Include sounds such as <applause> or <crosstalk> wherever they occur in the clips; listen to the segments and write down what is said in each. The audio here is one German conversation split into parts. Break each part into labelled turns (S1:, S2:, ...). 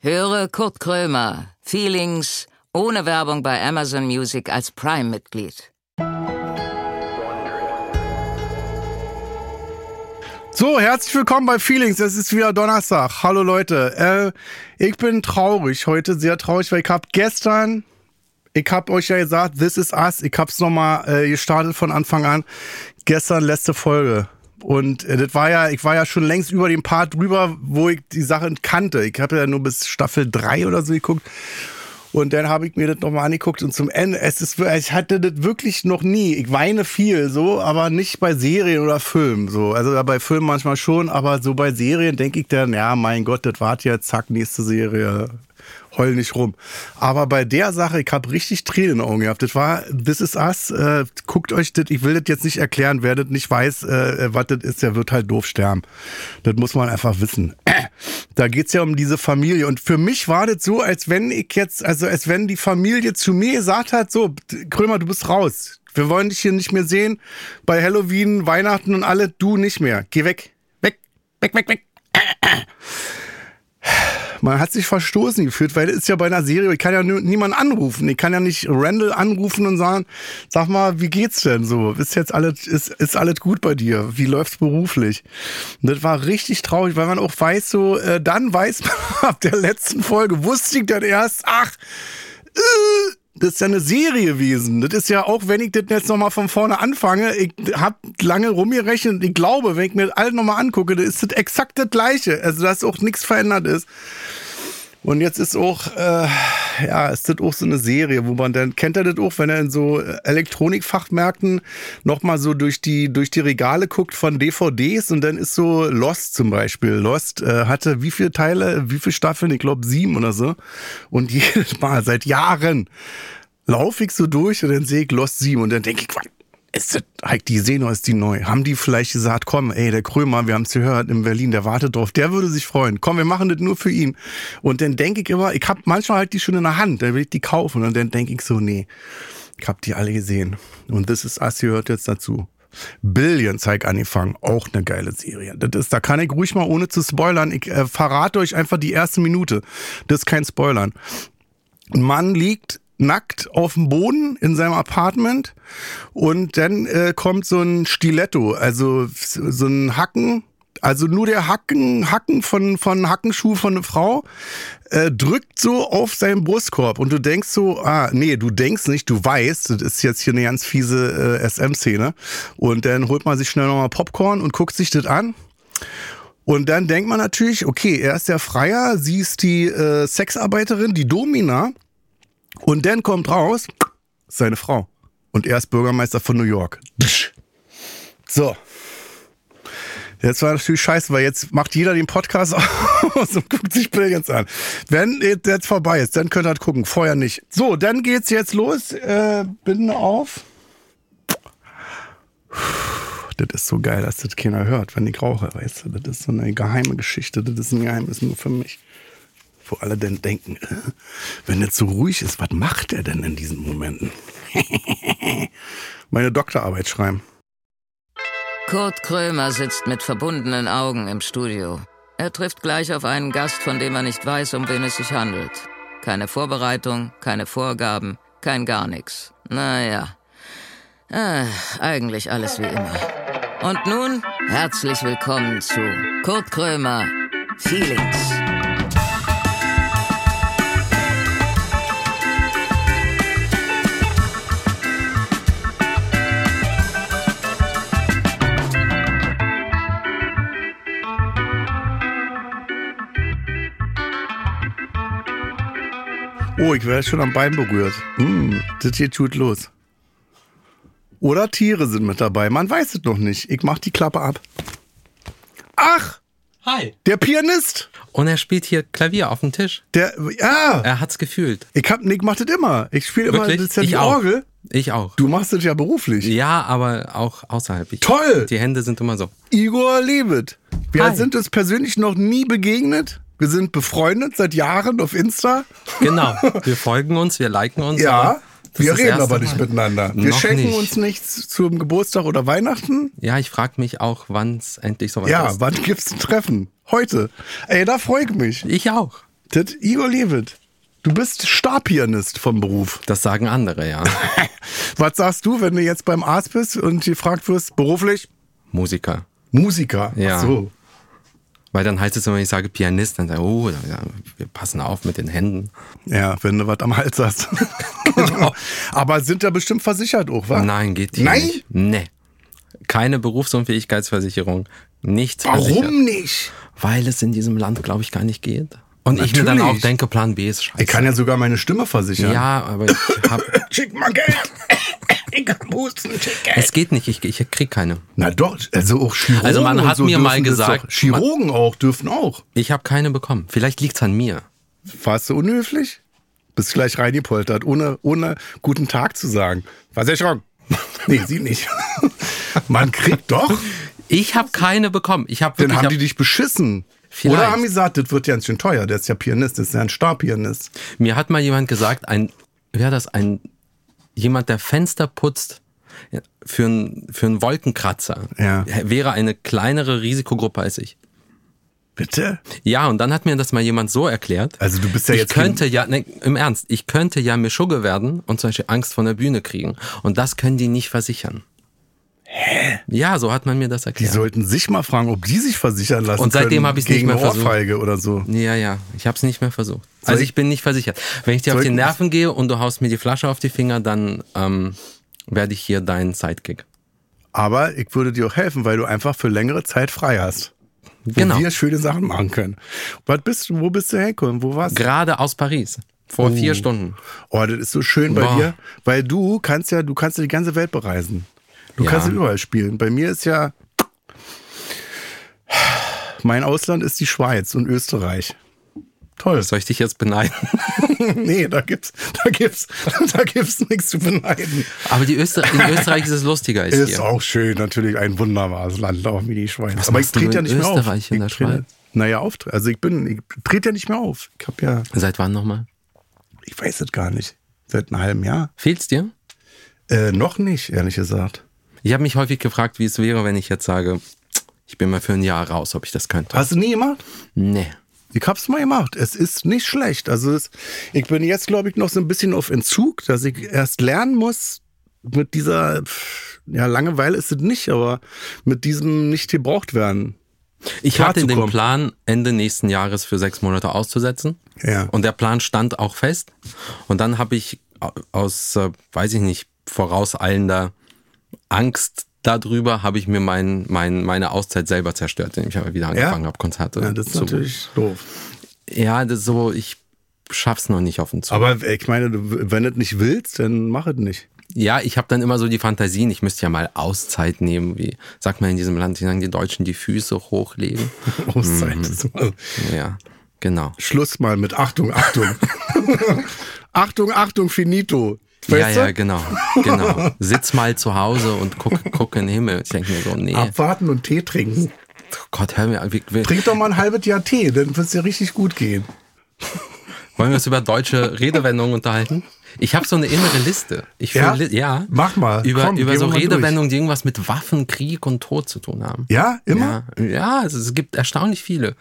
S1: Höre Kurt Krömer, Feelings, ohne Werbung bei Amazon Music als Prime-Mitglied.
S2: So, herzlich willkommen bei Feelings. Es ist wieder Donnerstag. Hallo Leute. Äh, ich bin traurig heute, sehr traurig, weil ich habe gestern, ich habe euch ja gesagt, This is Us. Ich habe es nochmal äh, gestartet von Anfang an. Gestern letzte Folge. Und äh, das war ja, ich war ja schon längst über den Part drüber, wo ich die Sachen kannte. Ich habe ja nur bis Staffel 3 oder so geguckt. Und dann habe ich mir das nochmal angeguckt und zum Ende, es ist, ich hatte das wirklich noch nie. Ich weine viel so, aber nicht bei Serien oder Filmen so. Also bei Filmen manchmal schon, aber so bei Serien denke ich dann, ja, mein Gott, das wart ja, zack, nächste Serie, heul nicht rum. Aber bei der Sache, ich habe richtig Tränen in den Augen gehabt. Das war This Is Us. Äh, guckt euch das, ich will das jetzt nicht erklären, wer das nicht weiß, äh, was das ist, der wird halt doof sterben. Das muss man einfach wissen. <clears throat> Äh, da geht's ja um diese Familie. Und für mich war das so, als wenn ich jetzt, also als wenn die Familie zu mir gesagt hat, so, Krömer, du bist raus. Wir wollen dich hier nicht mehr sehen. Bei Halloween, Weihnachten und alle, du nicht mehr. Geh weg. Weg, weg, weg, weg. Man hat sich verstoßen gefühlt, weil es ist ja bei einer Serie, ich kann ja niemanden anrufen. Ich kann ja nicht Randall anrufen und sagen, sag mal, wie geht's denn so? Ist jetzt alles, ist, ist alles gut bei dir? Wie läuft's beruflich? Und das war richtig traurig, weil man auch weiß, so, äh, dann weiß man <laughs> ab der letzten Folge, wusste ich dann erst, ach, äh, das ist ja eine Serie gewesen. Das ist ja auch, wenn ich das jetzt nochmal von vorne anfange, ich habe lange rumgerechnet. Ich glaube, wenn ich mir das alles nochmal angucke, das ist das exakt das Gleiche. Also, dass auch nichts verändert ist. Und jetzt ist auch, äh, ja, ist das auch so eine Serie, wo man dann, kennt er das auch, wenn er in so Elektronikfachmärkten nochmal so durch die, durch die Regale guckt von DVDs und dann ist so Lost zum Beispiel. Lost äh, hatte wie viele Teile, wie viele Staffeln? Ich glaube sieben oder so. Und <laughs> jedes Mal, seit Jahren, laufe ich so durch und dann sehe ich Lost sieben und dann denke ich, was? Ist das, halt die Seno ist die neu. Haben die vielleicht gesagt, komm, ey, der Krömer, wir haben es gehört in Berlin, der wartet drauf, der würde sich freuen. Komm, wir machen das nur für ihn. Und dann denke ich immer, ich habe manchmal halt die schon in der Hand, dann will ich die kaufen. Und dann denke ich so, nee, ich habe die alle gesehen. Und das ist Assi hört jetzt dazu. Billion zeig angefangen, auch eine geile Serie. Das ist, da kann ich ruhig mal ohne zu spoilern, ich äh, verrate euch einfach die erste Minute. Das ist kein Spoilern. Ein Mann liegt nackt auf dem Boden in seinem Apartment und dann äh, kommt so ein Stiletto, also so ein Hacken, also nur der Hacken, Hacken von von Hackenschuh von einer Frau äh, drückt so auf seinen Brustkorb und du denkst so, ah nee, du denkst nicht, du weißt, das ist jetzt hier eine ganz fiese äh, SM-Szene und dann holt man sich schnell nochmal Popcorn und guckt sich das an. Und dann denkt man natürlich, okay, er ist der Freier, sie ist die äh, Sexarbeiterin, die Domina. Und dann kommt raus, seine Frau. Und er ist Bürgermeister von New York. So. Jetzt war natürlich scheiße, weil jetzt macht jeder den Podcast <laughs> aus und guckt sich Billions an. Wenn jetzt vorbei ist, dann könnt ihr halt gucken. Vorher nicht. So, dann geht's jetzt los. Äh, Binde auf. Das ist so geil, dass das keiner hört, wenn ich rauche. Weißt du, das ist so eine geheime Geschichte. Das ist ein Geheimnis nur für mich wo alle denn denken, äh? wenn jetzt so ruhig ist, was macht er denn in diesen Momenten? <laughs> Meine Doktorarbeit schreiben.
S1: Kurt Krömer sitzt mit verbundenen Augen im Studio. Er trifft gleich auf einen Gast, von dem er nicht weiß, um wen es sich handelt. Keine Vorbereitung, keine Vorgaben, kein gar nichts. Naja, äh, eigentlich alles wie immer. Und nun herzlich willkommen zu Kurt Krömer, Feelings.
S2: Oh, ich werde schon am Bein berührt. Mm, das hier tut los. Oder Tiere sind mit dabei. Man weiß es noch nicht. Ich mach die Klappe ab. Ach!
S3: Hi.
S2: Der Pianist!
S3: Und er spielt hier Klavier auf dem Tisch.
S2: Der. Ja!
S3: Er hat's gefühlt.
S2: Ich hab. Ich mach das immer. Ich spiele immer
S3: Wirklich?
S2: das ist ja
S3: Ich
S2: die
S3: auch.
S2: Orgel.
S3: Ich auch.
S2: Du machst das ja beruflich.
S3: Ja, aber auch außerhalb. Ich,
S2: Toll!
S3: Die Hände sind immer so.
S2: Igor Levit. Wir
S3: Hi.
S2: sind uns persönlich noch nie begegnet. Wir sind befreundet seit Jahren auf Insta.
S3: Genau. Wir folgen uns, wir liken uns.
S2: Ja,
S3: aber das ist
S2: wir
S3: das
S2: reden
S3: erste
S2: aber nicht
S3: Mal.
S2: miteinander. Wir
S3: Noch
S2: schenken
S3: nicht.
S2: uns nichts zum Geburtstag oder Weihnachten.
S3: Ja, ich frage mich auch, wann's endlich soweit
S2: Ja,
S3: ist.
S2: wann gibt's ein Treffen? Heute. Ey, da freue ich mich.
S3: Ich auch.
S2: Das Igor Levit. Du bist Stabpianist vom
S3: <laughs>
S2: Beruf.
S3: Das sagen
S2: <laughs>
S3: andere, ja.
S2: Was sagst du, wenn du jetzt beim Arzt bist und gefragt wirst, beruflich?
S3: Musiker.
S2: Musiker.
S3: Ja.
S2: Ach so.
S3: Weil dann heißt es, immer, wenn ich sage Pianist, dann sage ich, oh, ja, wir passen auf mit den Händen.
S2: Ja, wenn du was am Hals
S3: <laughs>
S2: hast. genau. Aber sind da bestimmt versichert auch, wa?
S3: Nein, geht hier
S2: Ah. Nein?
S3: nicht. Nee. Keine Berufsunfähigkeitsversicherung. Nichts versichert.
S2: Warum nicht?
S3: Weil es in diesem Land, glaube ich, gar nicht geht. Und ich mir dann auch
S2: Natürlich.
S3: denke, Plan B ist scheiße.
S2: Ich kann ja sogar meine Stimme versichern.
S3: ja, aber ich hab,
S2: Schick mal Geld. ich hab Husten, schick Geld.
S3: es geht nicht, ich, ich krieg keine.
S2: Na doch, also auch Chirurgen.
S3: Also man
S2: und
S3: hat
S2: so
S3: mir
S2: dürfen
S3: mal
S2: das
S3: gesagt,
S2: Doch, Chirurgen auch dürfen auch.
S3: Ich habe keine bekommen. Vielleicht liegt's an mir.
S2: Warst du unhöflich? Bist gleich reingepoltert, ohne, ohne guten Tag zu sagen. Versicherung. <laughs> nee, sie nicht. <laughs> man kriegt
S3: <laughs>
S2: doch.
S3: Ich habe keine bekommen. Ich habe
S2: Dann
S3: wirklich.
S2: haben die
S3: hab,
S2: dich beschissen.
S3: Vielleicht.
S2: Oder haben die gesagt, das wird ja ganz schön teuer. Der ist ja Pianist, das ist ja ein Stabpianist.
S3: mir hat mal jemand gesagt, ein, wer das, ein jemand, der Fenster putzt ja, für einen für einen Wolkenkratzer,
S2: Ja.
S3: wäre eine kleinere Risikogruppe als ich.
S2: Bitte?
S3: Ja, und dann hat mir das mal jemand so erklärt.
S2: Also du bist ja
S3: ich
S2: jetzt kein-
S3: könnte ja, ne, im Ernst, ich könnte ja Mischugge werden und zum Beispiel Angst vor der Bühne kriegen. Und das können die nicht versichern. Hä? Ja, so hat man mir das
S2: Die
S3: erklärt.
S2: sollten sich mal fragen, ob die sich versichern lassen.
S3: Und seitdem
S2: können
S3: hab ich's
S2: gegen
S3: nicht mehr
S2: eine
S3: versucht.
S2: Ohrfeige oder so.
S3: ja, ja, ich habe es nicht mehr versucht. also
S2: ich-
S3: ich bin nicht versichert. Wenn ich dir auf
S2: Soll
S3: die
S2: ich-
S3: Nerven gehe und du haust mir die Flasche auf die Finger, dann ähm, werde ich hier dein Sidekick.
S2: Aber ich würde dir auch helfen, weil du einfach für längere Zeit frei hast. Wo
S3: Genau.
S2: wir schöne Sachen machen können. Was bist du, wo bist du hergekommen? Wo warst du?
S3: Gerade aus Paris. Vor vier Stunden.
S2: Oh, das ist so schön bei
S3: Boah.
S2: dir, weil du kannst ja, du kannst ja die ganze Welt bereisen. Du
S3: Ja.
S2: kannst ja überall spielen. Bei mir ist ja mein Ausland ist die Schweiz und Österreich.
S3: <laughs>
S2: Toll.
S3: Soll ich dich
S2: <laughs>
S3: jetzt beneiden?
S2: Nee, da gibt's, da gibt's, <laughs> da gibt's nichts zu beneiden.
S3: Aber die Öster in Österreich ist es lustiger als
S2: Ist
S3: hier.
S2: auch schön, natürlich ein wunderbares Land, auch wie die Schweiz.
S3: Was
S2: Aber ich
S3: machst du
S2: trete ja
S3: in
S2: nicht mehr auf.
S3: Österreich in
S2: Ich
S3: der
S2: trete-
S3: Schweiz?
S2: Naja, auf, also ich bin, ich trete ja nicht mehr auf. Ich hab ja,
S3: Seit wann nochmal?
S2: ich weiß es gar nicht. Seit einem halben Jahr.
S3: Fehlt's dir?
S2: Äh, noch nicht, ehrlich gesagt.
S3: Ich habe mich häufig gefragt, wie es wäre, wenn ich jetzt sage, ich bin mal für ein Jahr raus, ob ich das könnte.
S2: Hast du nie gemacht?
S3: Nee.
S2: Ich hab's mal gemacht. Es ist nicht schlecht. Also es, ich bin jetzt, glaube ich, noch so ein bisschen auf Entzug, dass ich erst lernen muss, mit dieser, pff, ja, Langeweile ist es nicht, aber mit diesem nicht gebraucht werden.
S3: Ich
S2: Klar
S3: hatte
S2: zu
S3: den
S2: kommen.
S3: Plan, Ende nächsten Jahres für sechs Monate auszusetzen.
S2: Ja.
S3: Und der Plan stand auch fest. Und dann habe ich au- aus, äh, weiß ich nicht, vorauseilender Angst darüber, habe ich mir mein, mein, meine Auszeit selber zerstört, indem ich aber wieder angefangen habe, Konzerte
S2: ja, das ist natürlich doof.
S3: Ja, das ist so, ich schaff's noch nicht auf den Zug.
S2: Aber ich meine, du- wenn du es nicht willst, dann mach es nicht. <laughs>
S3: Ja, ich habe dann immer so die Fantasien, ich müsste ja mal Auszeit nehmen, wie sagt man in diesem Land, die sagen die Deutschen die Füße hochlegen.
S2: <laughs> Auszeit.
S3: Mhm.
S2: ist mal-
S3: Ja, genau.
S2: Schluss mal mit Achtung,
S3: <laughs>
S2: Achtung. Achtung, Achtung, finito.
S3: Ja,
S2: Weißt
S3: ja,
S2: du?
S3: genau, genau. Sitz mal zu Hause und guck, guck in den Himmel. Ich denke mir so, nee, Oh
S2: Abwarten und Tee trinken.
S3: Gott, hör mir, wir, wir,
S2: Ah. Trink doch mal ein halbes Jahr Tee, dann wird es dir richtig gut gehen.
S3: wollen wir uns über deutsche Redewendungen unterhalten? Ich habe so eine innere Liste. Ich
S2: Ja?
S3: fühl- ja.
S2: Mach mal.
S3: Über,
S2: Komm,
S3: über
S2: gehen
S3: so
S2: wir mal durch.
S3: Redewendungen, die irgendwas mit Waffen, Krieg und Tod zu tun haben.
S2: Ja, immer?
S3: Ja, ja also es gibt erstaunlich viele.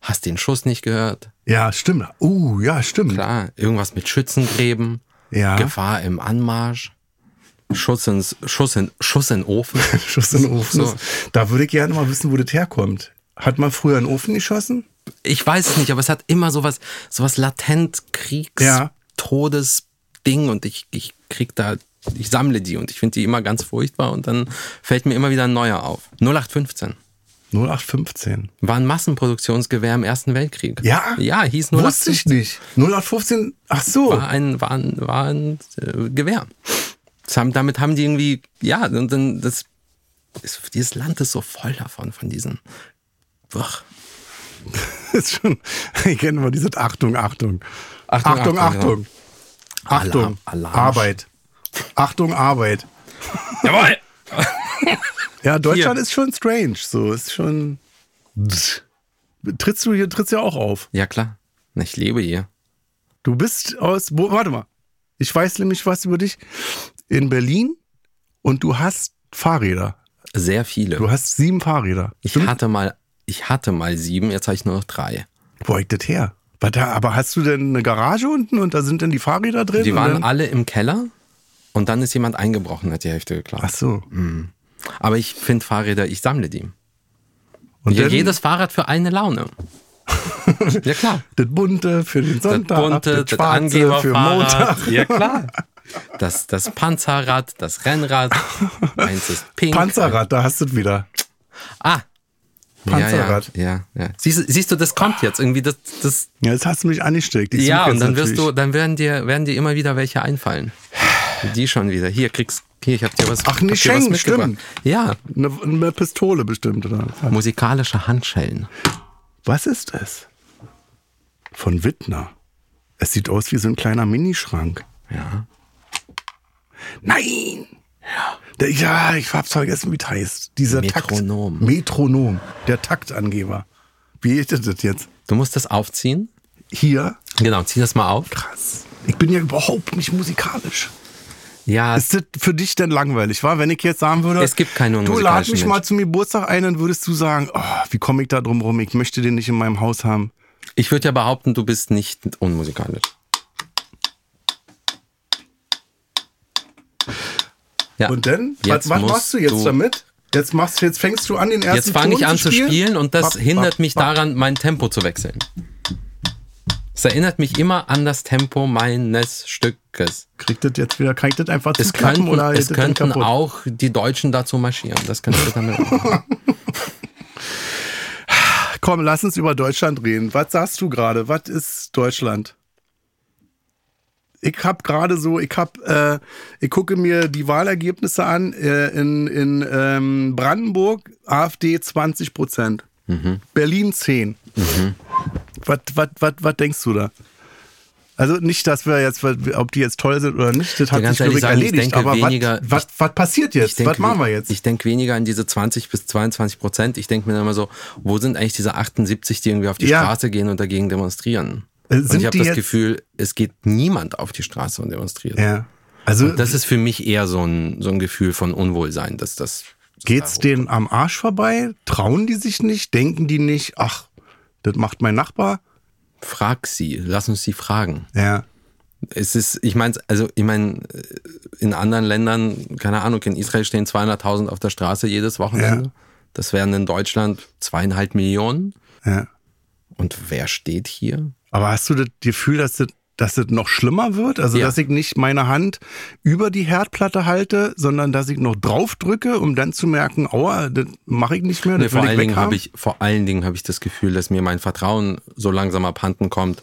S3: Hast den Schuss nicht gehört?
S2: Ja, stimmt. Uh, ja, stimmt.
S3: Klar, irgendwas mit Schützengräben,
S2: Ja.
S3: Gefahr im Anmarsch, Schuss ins Schuss in Schuss in den Ofen.
S2: <laughs> Schuss in den Ofen.
S3: So.
S2: Da würde ich gerne mal wissen, wo das herkommt. Hat man früher einen Ofen geschossen?
S3: Ich weiß es nicht, aber es hat immer sowas sowas latent Kriegs
S2: Ja.
S3: Todes Ding und ich ich krieg da ich sammle die und ich finde die immer ganz furchtbar und dann fällt mir immer wieder ein neuer auf. 0815
S2: 0815.
S3: war ein Massenproduktionsgewehr im Ersten Weltkrieg.
S2: Ja?
S3: Ja, hieß 0815.
S2: Wusste ich nicht. 0815, ach so.
S3: war ein, war ein, war ein äh, Gewehr. Das haben, damit haben die irgendwie, ja, und dann das ist, dieses Land ist so voll davon, von diesen. Ach,
S2: <laughs> ist schon, ich kenne immer dieses Achtung, Achtung.
S3: Achtung,
S2: Achtung, Achtung.
S3: Achtung,
S2: Achtung,
S3: Alarm, Alarm.
S2: Arbeit. Achtung, Arbeit.
S3: Jawohl!
S2: <laughs> Ja, Deutschland ist schon strange. So ist schon. Trittst du hier, trittst ja auch auf.
S3: Ja, klar. Na, Ich lebe hier.
S2: Du bist aus. Wo, warte mal. Ich weiß nämlich was über dich. In Berlin und du hast Fahrräder.
S3: Sehr viele.
S2: Du hast sieben Fahrräder.
S3: Ich hatte mal, ich hatte mal sieben, jetzt habe ich nur noch drei.
S2: Wo hab ich das her? Aber, da, aber hast du denn eine Garage unten und da sind denn die Fahrräder drin?
S3: Die
S2: Und
S3: waren
S2: dann,
S3: alle im Keller und dann ist jemand eingebrochen, hat die Hälfte
S2: Ach
S3: geklaut.
S2: so.
S3: Aber ich finde Fahrräder, ich sammle die.
S2: Und
S3: Je-
S2: dann
S3: jedes Fahrrad für eine Laune.
S2: <laughs>
S3: ja klar.
S2: das bunte für den
S3: Das
S2: Sonntag,
S3: bunte, das
S2: schwarze für Montag.
S3: Angeberfahrrad. <laughs> Ja klar.
S2: <laughs>
S3: Das, das Panzerrad, das Rennrad. Eins ist pink.
S2: Panzerrad, da hast du es wieder.
S3: Ah.
S2: Panzerrad.
S3: Ja, ja. ja. Siehst, du- siehst du, das kommt jetzt irgendwie. Das, das,
S2: Ja, jetzt hast du mich angesteckt. Ich such
S3: ja,
S2: jetzt
S3: und dann wirst
S2: natürlich.
S3: du, dann werden dir, werden dir immer wieder welche einfallen. Die schon wieder. Hier kriegst, hier, ich hab dir was.
S2: Ach, nicht
S3: hab dir was
S2: schenken,
S3: mitgebracht.
S2: stimmt.
S3: Ja,
S2: Eine, eine Pistole bestimmt, oder?
S3: musikalische Handschellen.
S2: Was ist es? Von Wittner. Es sieht aus wie so ein kleiner Minischrank.
S3: Ja.
S2: Nein! Ja. ja, ich hab's vergessen, wie das heißt. Dieser
S3: Metronom.
S2: Takt. Metronom. Der Taktangeber. Wie ist das jetzt?
S3: Du musst das aufziehen.
S2: Hier?
S3: Genau, zieh das mal auf.
S2: Krass. Ich bin ja überhaupt nicht musikalisch.
S3: Ja,
S2: Ist das für dich denn langweilig, war? Wenn ich jetzt sagen würde,
S3: Es gibt keine
S2: du lad
S3: unmusikalischen
S2: mich mal
S3: Menschen.
S2: zum Geburtstag ein, dann würdest du sagen, oh, wie komme ich da drum rum? Ich möchte den nicht in meinem Haus haben.
S3: ich würde ja behaupten, du bist nicht unmusikalisch. Ja.
S2: Und dann? was
S3: Jetzt
S2: was
S3: musst
S2: machst du jetzt
S3: du-
S2: damit? Jetzt, machst, jetzt fängst du an, den ersten
S3: Jetzt fange
S2: Ton
S3: ich an zu spielen, und das
S2: Bap,
S3: hindert
S2: bap,
S3: mich
S2: bap.
S3: daran, mein Tempo zu wechseln. Es erinnert mich immer an das Tempo meines Stückes.
S2: Kriegt das jetzt wieder, kann ich das einfach
S3: Es
S2: zuklappen
S3: könnten,
S2: oder geht
S3: es
S2: das dann
S3: könnten
S2: kaputt?
S3: auch die Deutschen dazu marschieren. Das kannst du damit auch machen.
S2: Komm, lass uns über Deutschland reden. Was sagst du gerade? Was ist Deutschland? Ich habe gerade so, ich hab, äh, ich gucke mir die Wahlergebnisse an äh, in, in ähm, Brandenburg AfD 20 Prozent,
S3: Mhm.
S2: Berlin 10. Was, was, was, was denkst du da? Also nicht, dass wir jetzt, ob die jetzt toll sind oder nicht, das hat
S3: ganz
S2: sich glaube ich
S3: ehrlich sagen, ich
S2: erledigt.
S3: denke
S2: aber
S3: weniger-
S2: was, was, was passiert
S3: Ich
S2: jetzt?
S3: denke-
S2: was machen wir jetzt?
S3: Ich denke weniger an diese 20 bis 22 Prozent. Ich denke mir dann immer so, wo sind eigentlich diese 78, die irgendwie auf die
S2: Ja.
S3: Straße gehen und dagegen demonstrieren?
S2: Äh,
S3: und
S2: sind
S3: ich habe
S2: die
S3: das
S2: jetzt-
S3: Gefühl, es geht niemand auf die Straße und demonstriert.
S2: ja. Also
S3: Das ist für mich eher so ein, so ein Gefühl von Unwohlsein, dass das.
S2: Geht's denen am Arsch vorbei? Trauen die sich nicht? Denken die nicht, ach, das macht mein Nachbar?
S3: Frag sie, lass uns sie fragen.
S2: Ja.
S3: Es ist, ich meine, also ich meine, in anderen Ländern, keine Ahnung, in Israel stehen 200.000 auf der Straße jedes Wochenende.
S2: Ja.
S3: Das wären in Deutschland zweieinhalb Millionen.
S2: ja.
S3: Und wer steht hier?
S2: Aber hast du das Gefühl, dass das, dass das noch schlimmer wird? Also,
S3: Ja.
S2: dass ich nicht meine Hand über die Herdplatte halte, sondern dass ich noch drauf drücke, um dann zu merken, aua, das mache ich nicht mehr,
S3: Nee,
S2: das
S3: vor,
S2: will ich
S3: allen Dingen
S2: weghaben?
S3: hab ich, vor allen Dingen habe ich das Gefühl, dass mir mein Vertrauen so langsam abhanden kommt,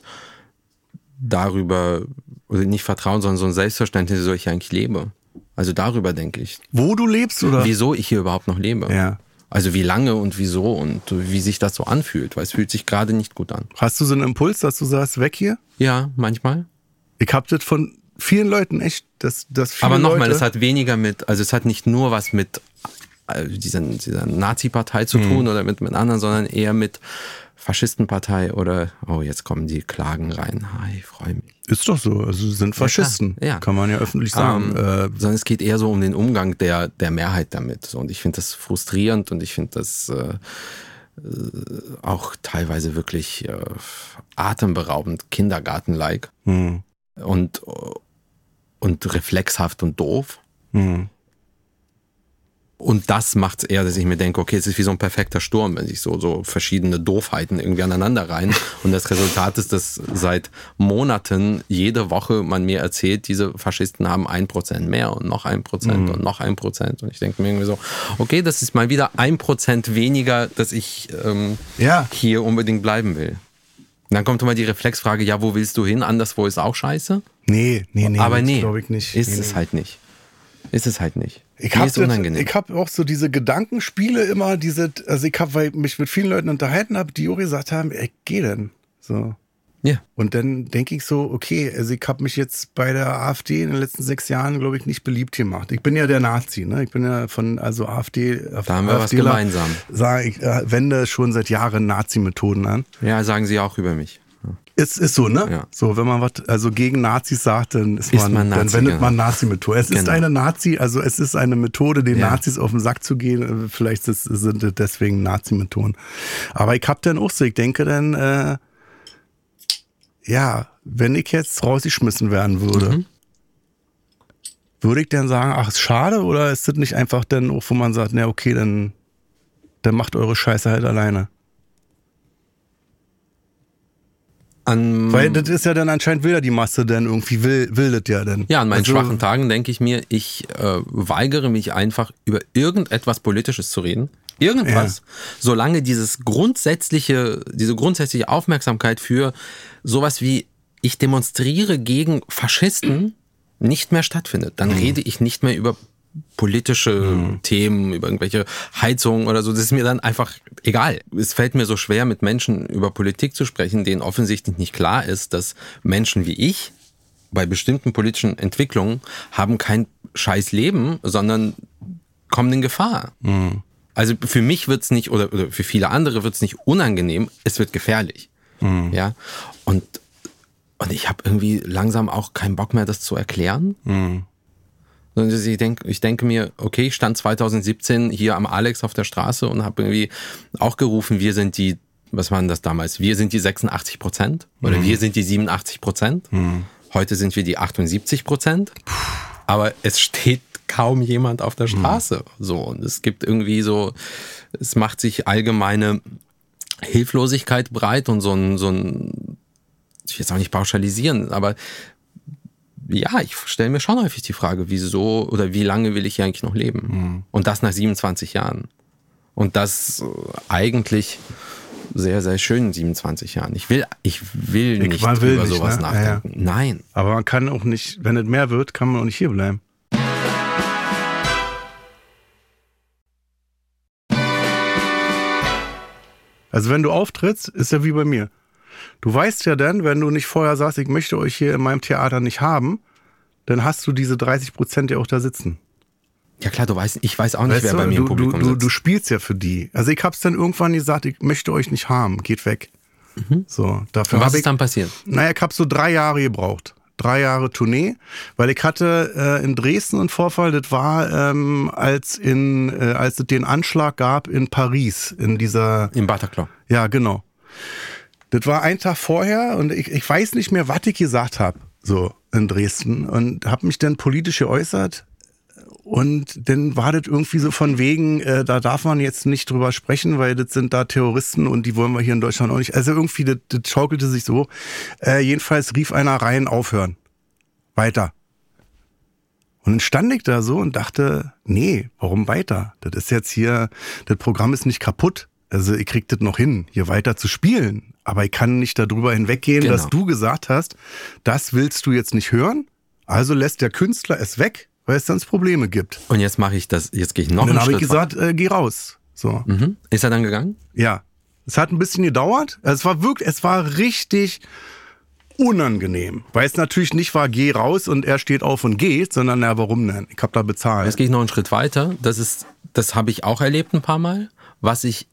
S3: darüber, oder nicht Vertrauen, sondern so ein Selbstverständnis, wieso ich eigentlich lebe. Also darüber denke ich.
S2: Wo du lebst, oder?
S3: Wieso ich hier überhaupt noch lebe.
S2: Ja.
S3: Also wie lange und wieso und wie sich das so anfühlt, weil es fühlt sich gerade nicht gut an.
S2: Hast du so einen Impuls, dass du sagst, weg hier?
S3: Ja, manchmal.
S2: Ich hab das von vielen Leuten echt, dass, dass viele
S3: Aber nochmal,
S2: Leute,
S3: es hat weniger mit, also es hat nicht nur was mit äh, dieser, dieser Nazi-Partei zu
S2: Mhm.
S3: tun oder mit, mit anderen, sondern eher mit Faschistenpartei oder, oh, jetzt kommen die Klagen rein. Ah, ich freue mich.
S2: ist doch so, also sie sind Faschisten,
S3: Ja.
S2: kann man ja öffentlich sagen.
S3: Ähm,
S2: äh,
S3: sondern es geht eher so um den Umgang der, der Mehrheit damit. So, Und ich finde das frustrierend und ich finde das äh, äh, auch teilweise wirklich äh, atemberaubend, kindergarten-like
S2: hm,
S3: und, und reflexhaft und doof.
S2: hm.
S3: Und das macht's eher, dass ich mir denke, okay, es ist wie so ein perfekter Sturm, wenn sich so, so verschiedene Doofheiten irgendwie aneinander rein. Und das Resultat ist, dass seit Monaten jede Woche man mir erzählt, diese Faschisten haben ein Prozent mehr und noch ein Prozent und noch ein Prozent. Und ich denke mir irgendwie so, okay, das ist mal wieder ein Prozent weniger, dass ich ähm,
S2: Ja.
S3: hier unbedingt bleiben will. Und dann kommt immer die Reflexfrage, ja, wo willst du hin? Anderswo ist auch scheiße.
S2: Nee, nee, nee.
S3: Aber
S2: das
S3: nee,
S2: Glaube ich nicht.
S3: ist
S2: nee,
S3: es
S2: nee.
S3: halt nicht. Ist es halt nicht.
S2: Ich
S3: Mir
S2: habe
S3: ist unangenehm.
S2: hab auch so diese Gedankenspiele immer, diese, also ich habe, weil ich mich mit vielen Leuten unterhalten habe, die auch gesagt haben, ey, geh denn. So.
S3: ja.
S2: Und dann denke ich so, okay, also ich habe mich jetzt bei der AfD in den letzten sechs Jahren, glaube ich, nicht beliebt gemacht. Ich bin ja der Nazi, ne? Ich bin ja von, also AfD.
S3: Da haben wir was gemeinsam.
S2: Sag ich äh, wende schon seit Jahren Nazi-Methoden an.
S3: Ja, sagen sie auch über mich.
S2: Ist, ist so, ne?
S3: Ja.
S2: So, wenn man was also gegen Nazis sagt, dann ist,
S3: Ist
S2: man,
S3: man
S2: dann
S3: Nazi,
S2: wendet
S3: genau.
S2: man Nazi-Methode. Es ist
S3: Genau.
S2: eine Nazi, also es ist eine Methode, den
S3: Ja.
S2: Nazis auf den Sack zu gehen. Äh, Vielleicht ist, sind es deswegen Nazi-Methoden. Aber ich hab dann auch so, ich denke dann, äh, ja, wenn ich jetzt rausgeschmissen werden würde,
S3: Mhm.
S2: würde ich dann sagen, ach, ist schade, oder ist das nicht einfach dann auch, wo man sagt, na okay, dann, dann macht eure Scheiße halt alleine.
S3: An,
S2: Weil das ist ja dann anscheinend will ja die Masse dann irgendwie, will, will das ja dann.
S3: ja, an meinen
S2: Also,
S3: schwachen Tagen denke ich mir, ich äh, weigere mich einfach über irgendetwas Politisches zu reden. Irgendwas. Solange dieses grundsätzliche, diese grundsätzliche Aufmerksamkeit für sowas wie ich demonstriere gegen Faschisten <clears throat> nicht mehr stattfindet, dann rede ich nicht mehr über politische Themen, über irgendwelche Heizungen oder so. Das ist mir dann einfach egal. Es fällt mir so schwer, mit Menschen über Politik zu sprechen, denen offensichtlich nicht klar ist, dass Menschen wie ich bei bestimmten politischen Entwicklungen haben kein scheiß Leben, sondern kommen in Gefahr. Also für mich wird's nicht, oder, oder für viele andere wird's nicht unangenehm, es wird gefährlich. Ja. Und, und ich habe irgendwie langsam auch keinen Bock mehr, das zu erklären. Sondern dass ich denke ich denke mir, okay, ich stand 2017 hier am Alex auf der Straße und habe irgendwie auch gerufen, wir sind die, was waren das damals? Wir sind die 86 Prozent oder wir sind die 87 Prozent. Heute sind wir die 78 Prozent. Aber es steht kaum jemand auf
S2: Hm.
S3: der Straße. So, und es gibt irgendwie so, es macht sich allgemeine Hilflosigkeit breit und so ein, so ein, ich will jetzt auch nicht pauschalisieren, aber ja, ich stelle mir schon häufig die Frage, wieso oder wie lange will ich hier eigentlich noch leben?
S2: Hm.
S3: Und das nach 27 Jahren. Und das äh, eigentlich sehr, sehr schönen 27 Jahren. Ich will, ich will nicht
S2: war- will
S3: über
S2: nicht,
S3: sowas
S2: ne? Ja, ja.
S3: nachdenken. Nein.
S2: Aber man kann auch nicht, wenn es mehr wird, kann man auch nicht hierbleiben. Also wenn du auftrittst, ist ja wie bei mir. Du weißt ja dann, wenn du nicht vorher sagst, ich möchte euch hier in meinem Theater nicht haben, dann hast du diese 30 Prozent ja auch da sitzen.
S3: Ja klar, du weißt, ich weiß auch nicht,
S2: Weißt
S3: wer
S2: du,
S3: bei mir
S2: du,
S3: im
S2: du,
S3: Publikum
S2: du,
S3: sitzt.
S2: du spielst ja für die. Also ich hab's dann irgendwann gesagt, ich möchte euch nicht haben, geht weg. So, dafür
S3: Und was
S2: habe ich
S3: ist dann passiert?
S2: naja, ich habe so drei Jahre gebraucht. Drei Jahre Tournee, weil ich hatte äh, in Dresden einen Vorfall, das war, ähm, als, in, äh, als es den Anschlag gab in Paris, in dieser
S3: Im Bataclan.
S2: ja, genau. Das war ein Tag vorher und ich, ich weiß nicht mehr, was ich gesagt habe, so in Dresden. Und habe mich dann politisch geäußert. Und dann war das irgendwie so von wegen, äh, da darf man jetzt nicht drüber sprechen, weil das sind da Terroristen und die wollen wir hier in Deutschland auch nicht. Also irgendwie, das, das schaukelte sich so. Äh, jedenfalls rief einer rein, aufhören. Weiter. Und dann stand ich da so und dachte, nee, warum weiter? Das ist jetzt hier, das Programm ist nicht kaputt. Also ihr kriegt das noch hin, hier weiter zu spielen. Aber ich kann nicht darüber hinweggehen,
S3: Genau.
S2: dass du gesagt hast, das willst du jetzt nicht hören. Also lässt der Künstler es weg, weil es sonst Probleme gibt.
S3: Und jetzt mache ich das, jetzt gehe ich noch
S2: Und
S3: einen
S2: dann habe ich
S3: Schritt
S2: gesagt, äh, geh raus. So.
S3: weiter. Mhm. Ist er dann gegangen?
S2: Ja. Es hat ein bisschen gedauert. Es war wirklich, es war richtig unangenehm. Weil es natürlich nicht war, geh raus und er steht auf und geht, sondern na, warum denn? Ich hab da bezahlt.
S3: Jetzt gehe ich noch einen Schritt weiter. Das ist, das habe ich auch erlebt ein paar Mal. Was ich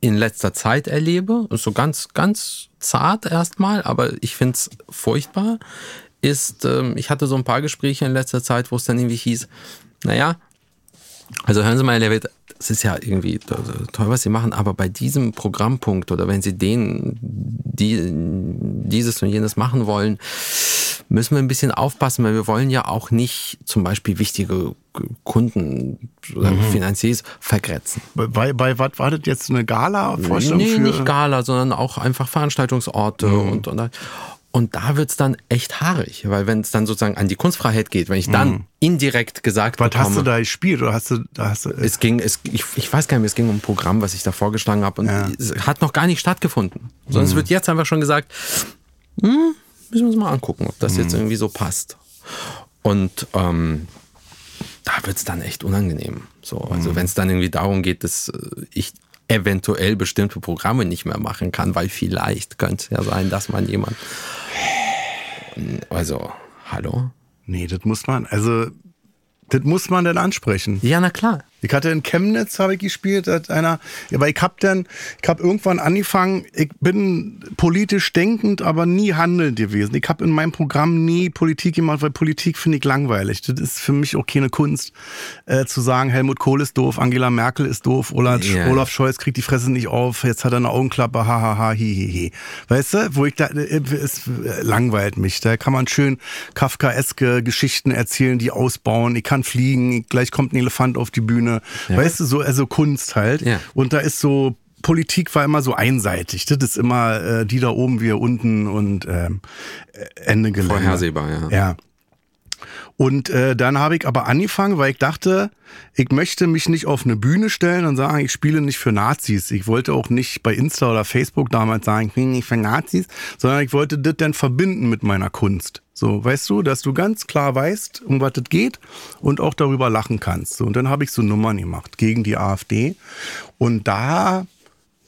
S3: in letzter Zeit erlebe, ist so ganz, ganz zart erstmal, aber ich finde es furchtbar, ist, ähm, ich hatte so ein paar Gespräche in letzter Zeit, wo es dann irgendwie hieß, naja, also hören Sie mal, Herr Levitt, das ist ja irgendwie toll, was Sie machen, aber bei diesem Programmpunkt oder wenn Sie den, die, dieses und jenes machen wollen, müssen wir ein bisschen aufpassen, weil wir wollen ja auch nicht zum Beispiel wichtige Kunden oder
S2: Mhm.
S3: Finanziers vergrätzen.
S2: Bei, bei was war das jetzt eine Gala-Vorstellung
S3: Nee,
S2: für? Mhm.
S3: nicht Gala, sondern auch einfach Veranstaltungsorte und, und und da wird's dann echt haarig, weil wenn es dann sozusagen an die Kunstfreiheit geht, wenn ich dann indirekt gesagt
S2: Mhm. was
S3: bekomme,
S2: hast du da gespielt? Oder hast du, da hast du
S3: es ging, es, ich, ich weiß gar nicht mehr, es ging um ein Programm, was ich da vorgeschlagen habe und es hat noch gar nicht stattgefunden. Sondern es wird jetzt einfach schon gesagt, hm, müssen wir uns mal angucken, ob das jetzt irgendwie so passt. Und ähm, da wird's dann echt unangenehm. So, also wenn es dann irgendwie darum geht, dass äh, ich eventuell bestimmte Programme nicht mehr machen kann, weil vielleicht könnte ja sein, dass man jemand. Also, hallo?
S2: nee, das muss man, also, das muss man dann ansprechen.
S3: Ja, na klar.
S2: Ich hatte in Chemnitz habe ich gespielt, hat einer, aber ich habe dann, ich habe irgendwann angefangen, ich bin politisch denkend, aber nie handelnd gewesen. Ich habe in meinem Programm nie Politik gemacht, weil Politik finde ich langweilig. Das ist für mich auch keine Kunst, äh, zu sagen, Helmut Kohl ist doof, Angela Merkel ist doof, Olaf,
S3: Ja.
S2: Olaf Scholz kriegt die Fresse nicht auf, jetzt hat er eine Augenklappe, hahaha, hi, hi, hi. Weißt du, wo ich da, äh, es äh, langweilt mich. Da kann man schön kafkaeske Geschichten erzählen, die ausbauen. Ich kann fliegen, gleich kommt ein Elefant auf die Bühne. Weißt du, so, also Kunst halt.
S3: Ja.
S2: Und da ist so, Politik war immer so einseitig. Das ist immer äh, die da oben, wir unten und ähm, äh, Ende Gelände.
S3: Vorhersehbar, ja.
S2: Ja. Und äh, dann habe ich aber angefangen, weil ich dachte, ich möchte mich nicht auf eine Bühne stellen und sagen, ich spiele nicht für Nazis. Ich wollte auch nicht bei Insta oder Facebook damals sagen, ich bin nicht für Nazis, sondern ich wollte das dann verbinden mit meiner Kunst. So, weißt du, dass du ganz klar weißt, um was das geht und auch darüber lachen kannst. So, und dann habe ich so Nummern gemacht gegen die AfD. Und da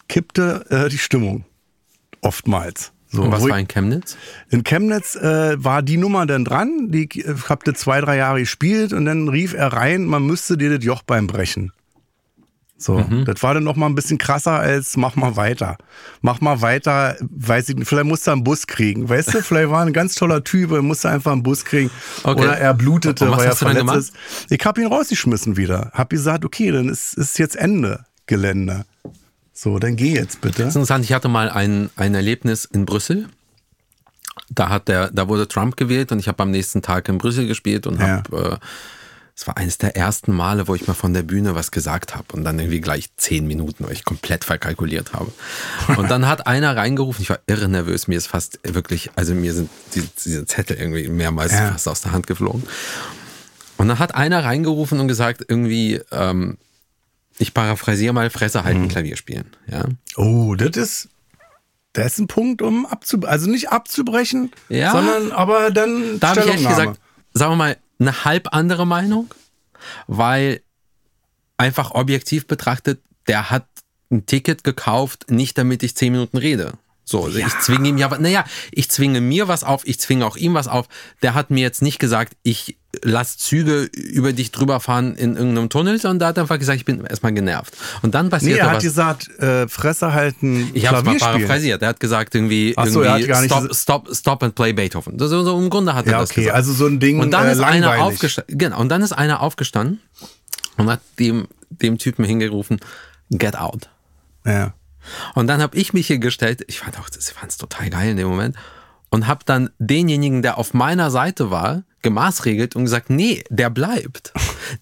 S2: kippte äh, die Stimmung. Oftmals. So,
S3: Und was
S2: wo ich-
S3: war in Chemnitz?
S2: in Chemnitz äh, war die Nummer dann dran, die äh, habt ihr zwei, drei Jahre gespielt und dann rief er rein, man müsste dir das Jochbein brechen. So,
S3: Mhm.
S2: das war dann noch mal ein bisschen krasser als mach mal weiter. Mach mal weiter, weiß ich nicht, vielleicht musste er einen Bus kriegen, weißt
S3: <laughs>
S2: du, vielleicht war er ein ganz toller Typ, er musste einfach einen Bus kriegen
S3: Okay.
S2: oder er blutete,
S3: Und was
S2: weil er
S3: hast du dann
S2: verletzt
S3: gemacht?
S2: ist. Ich hab ihn rausgeschmissen wieder, hab gesagt, okay, dann ist, ist jetzt Ende Gelände. So, dann geh jetzt bitte.
S3: Das ist interessant, ich hatte mal ein, ein Erlebnis in Brüssel. Da, hat der, da wurde Trump gewählt und ich habe am nächsten Tag in Brüssel gespielt und
S2: Ja.
S3: habe, äh, es war eines der ersten Male, wo ich mal von der Bühne was gesagt habe und dann irgendwie gleich zehn Minuten, weil ich komplett verkalkuliert habe. Und dann hat einer reingerufen, ich war irre nervös, mir ist fast wirklich, also mir sind die, diese Zettel irgendwie mehrmals
S2: Ja.
S3: fast aus der Hand geflogen. Und dann hat einer reingerufen und gesagt, irgendwie, ähm, ich paraphrasiere mal, Fresse
S2: Mhm.
S3: halten, Klavier spielen. Ja?
S2: Oh, das ist. Das ist ein Punkt, um abzu also nicht abzubrechen,
S3: Ja.
S2: sondern aber dann
S3: da habe ich ehrlich
S2: Stellungnahme.
S3: gesagt, sagen wir mal, eine halb andere Meinung, weil einfach objektiv betrachtet, der hat ein Ticket gekauft, nicht damit ich zehn Minuten rede. So, also ich zwinge ihm ja, was- naja, ich zwinge mir was auf, ich zwinge auch ihm was auf. Der hat mir jetzt nicht gesagt, ich lass Züge über dich drüber fahren in irgendeinem Tunnel, sondern der hat einfach gesagt, ich bin erstmal genervt. Und dann
S2: Nee,
S3: passiert
S2: er
S3: da
S2: hat
S3: was.
S2: gesagt, äh, Fresse halten,
S3: Ich habe es mal
S2: Klavier spielen.
S3: paraphrasiert. Er hat gesagt irgendwie,
S2: Ach so,
S3: irgendwie
S2: er hat gar nicht
S3: stop,
S2: diese-
S3: stop, stop and play Beethoven. Das, so, so im Grunde hat er
S2: Ja,
S3: das
S2: okay,
S3: gesagt.
S2: also so ein Ding
S3: Und dann
S2: äh,
S3: ist
S2: langweilig.
S3: einer aufgestanden. Genau, und dann ist einer aufgestanden und hat dem, dem Typen hingerufen, get out.
S2: Ja.
S3: Und dann habe ich mich hier gestellt, ich fand auch, das fand's total geil in dem Moment, und habe dann denjenigen, der auf meiner Seite war, gemaßregelt und gesagt, nee, der bleibt.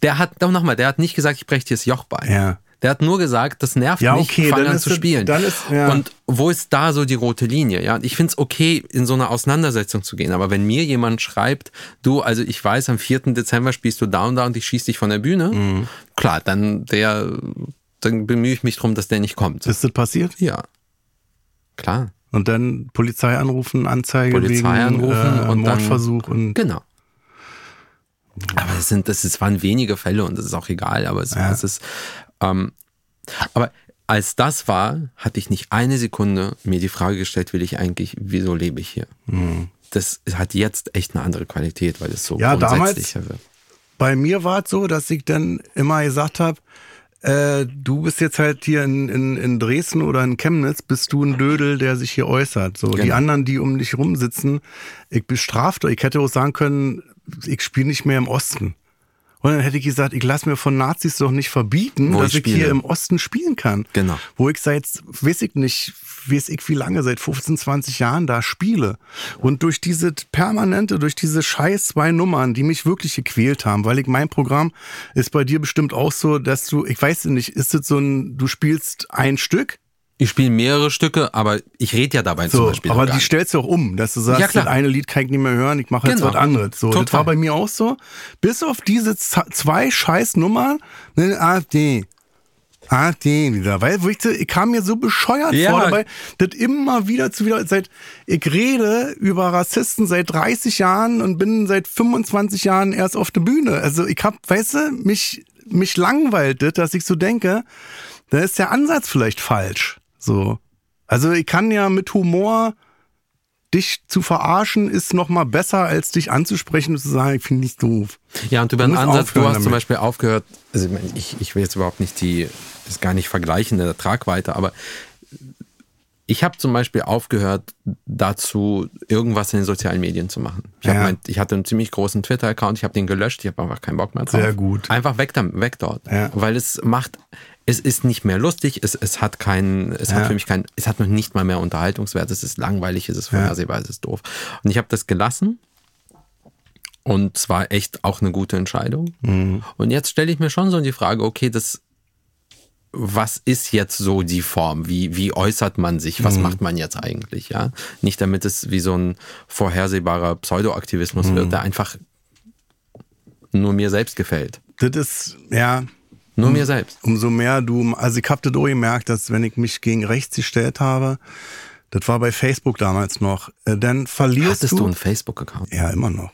S3: Der hat, doch nochmal, der hat nicht gesagt, ich breche dir das Jochbein.
S2: Ja.
S3: Der hat nur gesagt, das nervt
S2: Ja,
S3: mich,
S2: okay,
S3: fang
S2: dann
S3: an
S2: ist
S3: zu
S2: es-
S3: spielen.
S2: dann ist- ja.
S3: Und wo ist da so die rote Linie? Ja, und ich find's okay, in so eine Auseinandersetzung zu gehen. Aber wenn mir jemand schreibt, du, also ich weiß, am 4. Dezember spielst du down da und ich schieß dich von der Bühne,
S2: Mhm.
S3: klar, dann der, dann bemühe ich mich drum, dass der nicht kommt.
S2: Ist das passiert?
S3: Ja. Klar.
S2: Und dann Polizei anrufen, Anzeige
S3: Polizei
S2: wegen
S3: anrufen
S2: äh,
S3: und dann-
S2: Mordversuch und
S3: Genau. Aber es sind, das ist, waren wenige Fälle und das ist auch egal, aber es, es ist, ähm, aber als das war, hatte ich nicht eine Sekunde mir die Frage gestellt, will ich eigentlich, wieso lebe ich hier? Das hat jetzt echt eine andere Qualität, weil es so
S2: Mhm. Ja, damals-
S3: grundsätzlicher wird.
S2: bei mir war es so, dass ich dann immer gesagt habe, äh, du bist jetzt halt hier in, in, in Dresden oder in Chemnitz, bist du ein Dödel, der sich hier äußert. So, die
S3: Genau.
S2: anderen, die um dich rumsitzen, ich bestraft euch. Ich hätte auch sagen können, ich spiele nicht mehr im Osten. Und dann hätte ich gesagt, ich lasse mir von Nazis doch nicht verbieten,
S3: Wo
S2: dass
S3: ich
S2: ich hier
S3: spiele.
S2: im Osten spielen kann.
S3: Genau.
S2: Wo ich seit, weiß ich nicht, weiß ich wie lange, seit 15, 20 Jahren da spiele. Und durch diese permanente, durch diese scheiß zwei Nummern, die mich wirklich gequält haben, weil ich mein Programm ist bei dir bestimmt auch so, dass du, ich weiß nicht, ist es so ein, du spielst ein Stück?
S3: Ich spiele mehrere Stücke, aber ich rede ja dabei zum
S2: So,
S3: Beispiel.
S2: aber
S3: auch gar
S2: die
S3: nicht.
S2: stellst du auch um, dass du sagst,
S3: Ja, klar.
S2: das eine Lied kann ich nicht mehr hören, ich mache jetzt
S3: Genau.
S2: was anderes. So, das
S3: Total.
S2: war bei mir auch so. Bis auf diese Z zwei scheiß Nummern, ne, AfD. AfD Ah, wieder, weil wo ich, so- ich kam mir so bescheuert
S3: Ja.
S2: vor dabei, das immer wieder zu wieder, seit, ich rede über Rassisten seit 30 Jahren und bin seit 25 Jahren erst auf der Bühne. Also ich hab, weißt du, mich, mich langweilt das, dass ich so denke, da ist der Ansatz vielleicht falsch. So. Also ich kann ja mit Humor dich zu verarschen ist noch mal besser, als dich anzusprechen und zu sagen, ich finde dich doof.
S3: Ja, und über
S2: Du
S3: den
S2: musst
S3: Ansatz, du
S2: aufhören
S3: hast zum
S2: damit.
S3: Beispiel aufgehört, also ich, meine, ich, ich will jetzt überhaupt nicht die, das gar nicht vergleichen in der Tragweite, aber ich habe zum Beispiel aufgehört, dazu irgendwas in den sozialen Medien zu machen. Ich, hab
S2: Ja.
S3: mein, ich hatte einen ziemlich großen Twitter-Account, ich habe den gelöscht, ich habe einfach keinen Bock mehr drauf.
S2: Sehr gut.
S3: Einfach weg, damit, weg dort,
S2: Ja.
S3: weil es macht, es ist nicht mehr lustig, es, es hat keinen, es hat
S2: Ja.
S3: für mich keinen, es hat noch nicht mal mehr Unterhaltungswert, es ist langweilig, es ist vorhersehbar, es ist doof. Und ich habe das gelassen und es war echt auch eine gute Entscheidung.
S2: Mhm.
S3: Und jetzt stelle ich mir schon so die Frage, okay, das, was ist jetzt so die Form? Wie, wie äußert man sich?
S2: Mhm.
S3: Was macht man jetzt eigentlich? Ja? Nicht damit es wie so ein vorhersehbarer Pseudoaktivismus
S2: Mhm.
S3: wird, der einfach nur mir selbst gefällt.
S2: Das ist, ja,
S3: Nur
S2: Hm.
S3: mir selbst.
S2: umso mehr du, also ich habe das auch gemerkt, dass wenn ich mich gegen rechts gestellt habe, das war bei Facebook damals noch, äh, dann verlierst
S3: Hattest du
S2: du.
S3: einen Facebook-Account?
S2: ja, immer noch.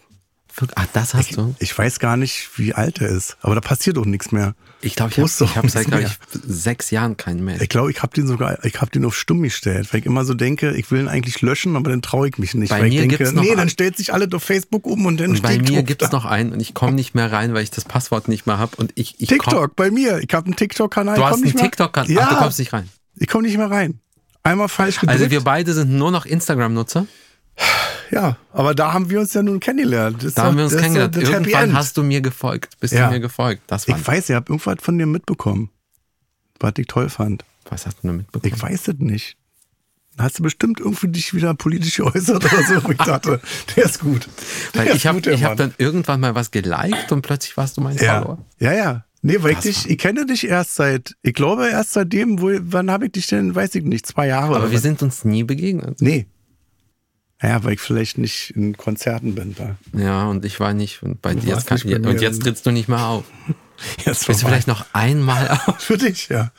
S3: Ah, das hast du?
S2: Ich weiß gar nicht, wie alt er ist, aber da passiert doch nichts mehr.
S3: Ich glaube, ich
S2: Muss
S3: habe
S2: doch
S3: hab seit
S2: nicht
S3: glaub ich, sechs Jahren keinen mehr.
S2: Ich glaube, ich habe den sogar, ich habe den auf stumm gestellt, weil ich immer so denke, ich will ihn eigentlich löschen, aber dann traue ich mich nicht. weil
S3: Bei mir
S2: ich denke,
S3: gibt's noch
S2: nee,
S3: ein-
S2: dann stellt sich alle auf Facebook um und dann
S3: Und bei
S2: steht
S3: mir
S2: drauf
S3: gibt es noch einen und ich komme nicht mehr rein, weil ich das Passwort nicht mehr habe. Und ich, ich komm-
S2: TikTok bei mir. Ich habe einen TikTok-Kanal.
S3: Du
S2: ich
S3: hast
S2: komm
S3: einen
S2: nicht mehr-
S3: TikTok-Kanal.
S2: Ja,
S3: Ach, du kommst nicht rein.
S2: ich komme nicht mehr rein. Einmal falsch gedrückt.
S3: Also wir beide sind nur noch Instagram-Nutzer.
S2: ja, aber da haben wir uns ja nun kennengelernt. Das ist
S3: Da
S2: doch-
S3: haben wir uns
S2: das ist doch
S3: kennengelernt.
S2: das Happy
S3: Irgendwann
S2: End.
S3: hast du mir gefolgt. Bist
S2: Ja.
S3: du mir gefolgt. Das war,
S2: ich weiß, ihr habt irgendwas von dir mitbekommen, was ich toll fand.
S3: was hast du denn mitbekommen?
S2: Ich weiß es nicht. Dann Hast du bestimmt irgendwie dich wieder politisch geäußert oder so? wo Ich dachte, der ist gut. Der
S3: Weil
S2: ist
S3: ich habe
S2: gut, der
S3: hab
S2: Mann.
S3: dann irgendwann mal was geliked und plötzlich warst du mein
S2: Ja,
S3: Follower.
S2: ja, ja. Nee, weil ich dich, ich kenne dich erst seit, ich glaube erst seitdem, wo, wann habe ich dich denn, weiß ich nicht, zwei Jahre.
S3: Aber
S2: oder
S3: wir
S2: was.
S3: sind uns nie begegnet.
S2: Nee. Ja, weil ich vielleicht nicht in Konzerten bin da. <laughs>
S3: Ja, und ich war nicht. Und bei dir jetzt
S2: warst
S3: kann,
S2: nicht bei mir.
S3: und jetzt trittst du nicht mehr auf.
S2: Jetzt
S3: Willst du vielleicht noch einmal <laughs>
S2: <laughs>
S3: auf?
S2: für dich, ja.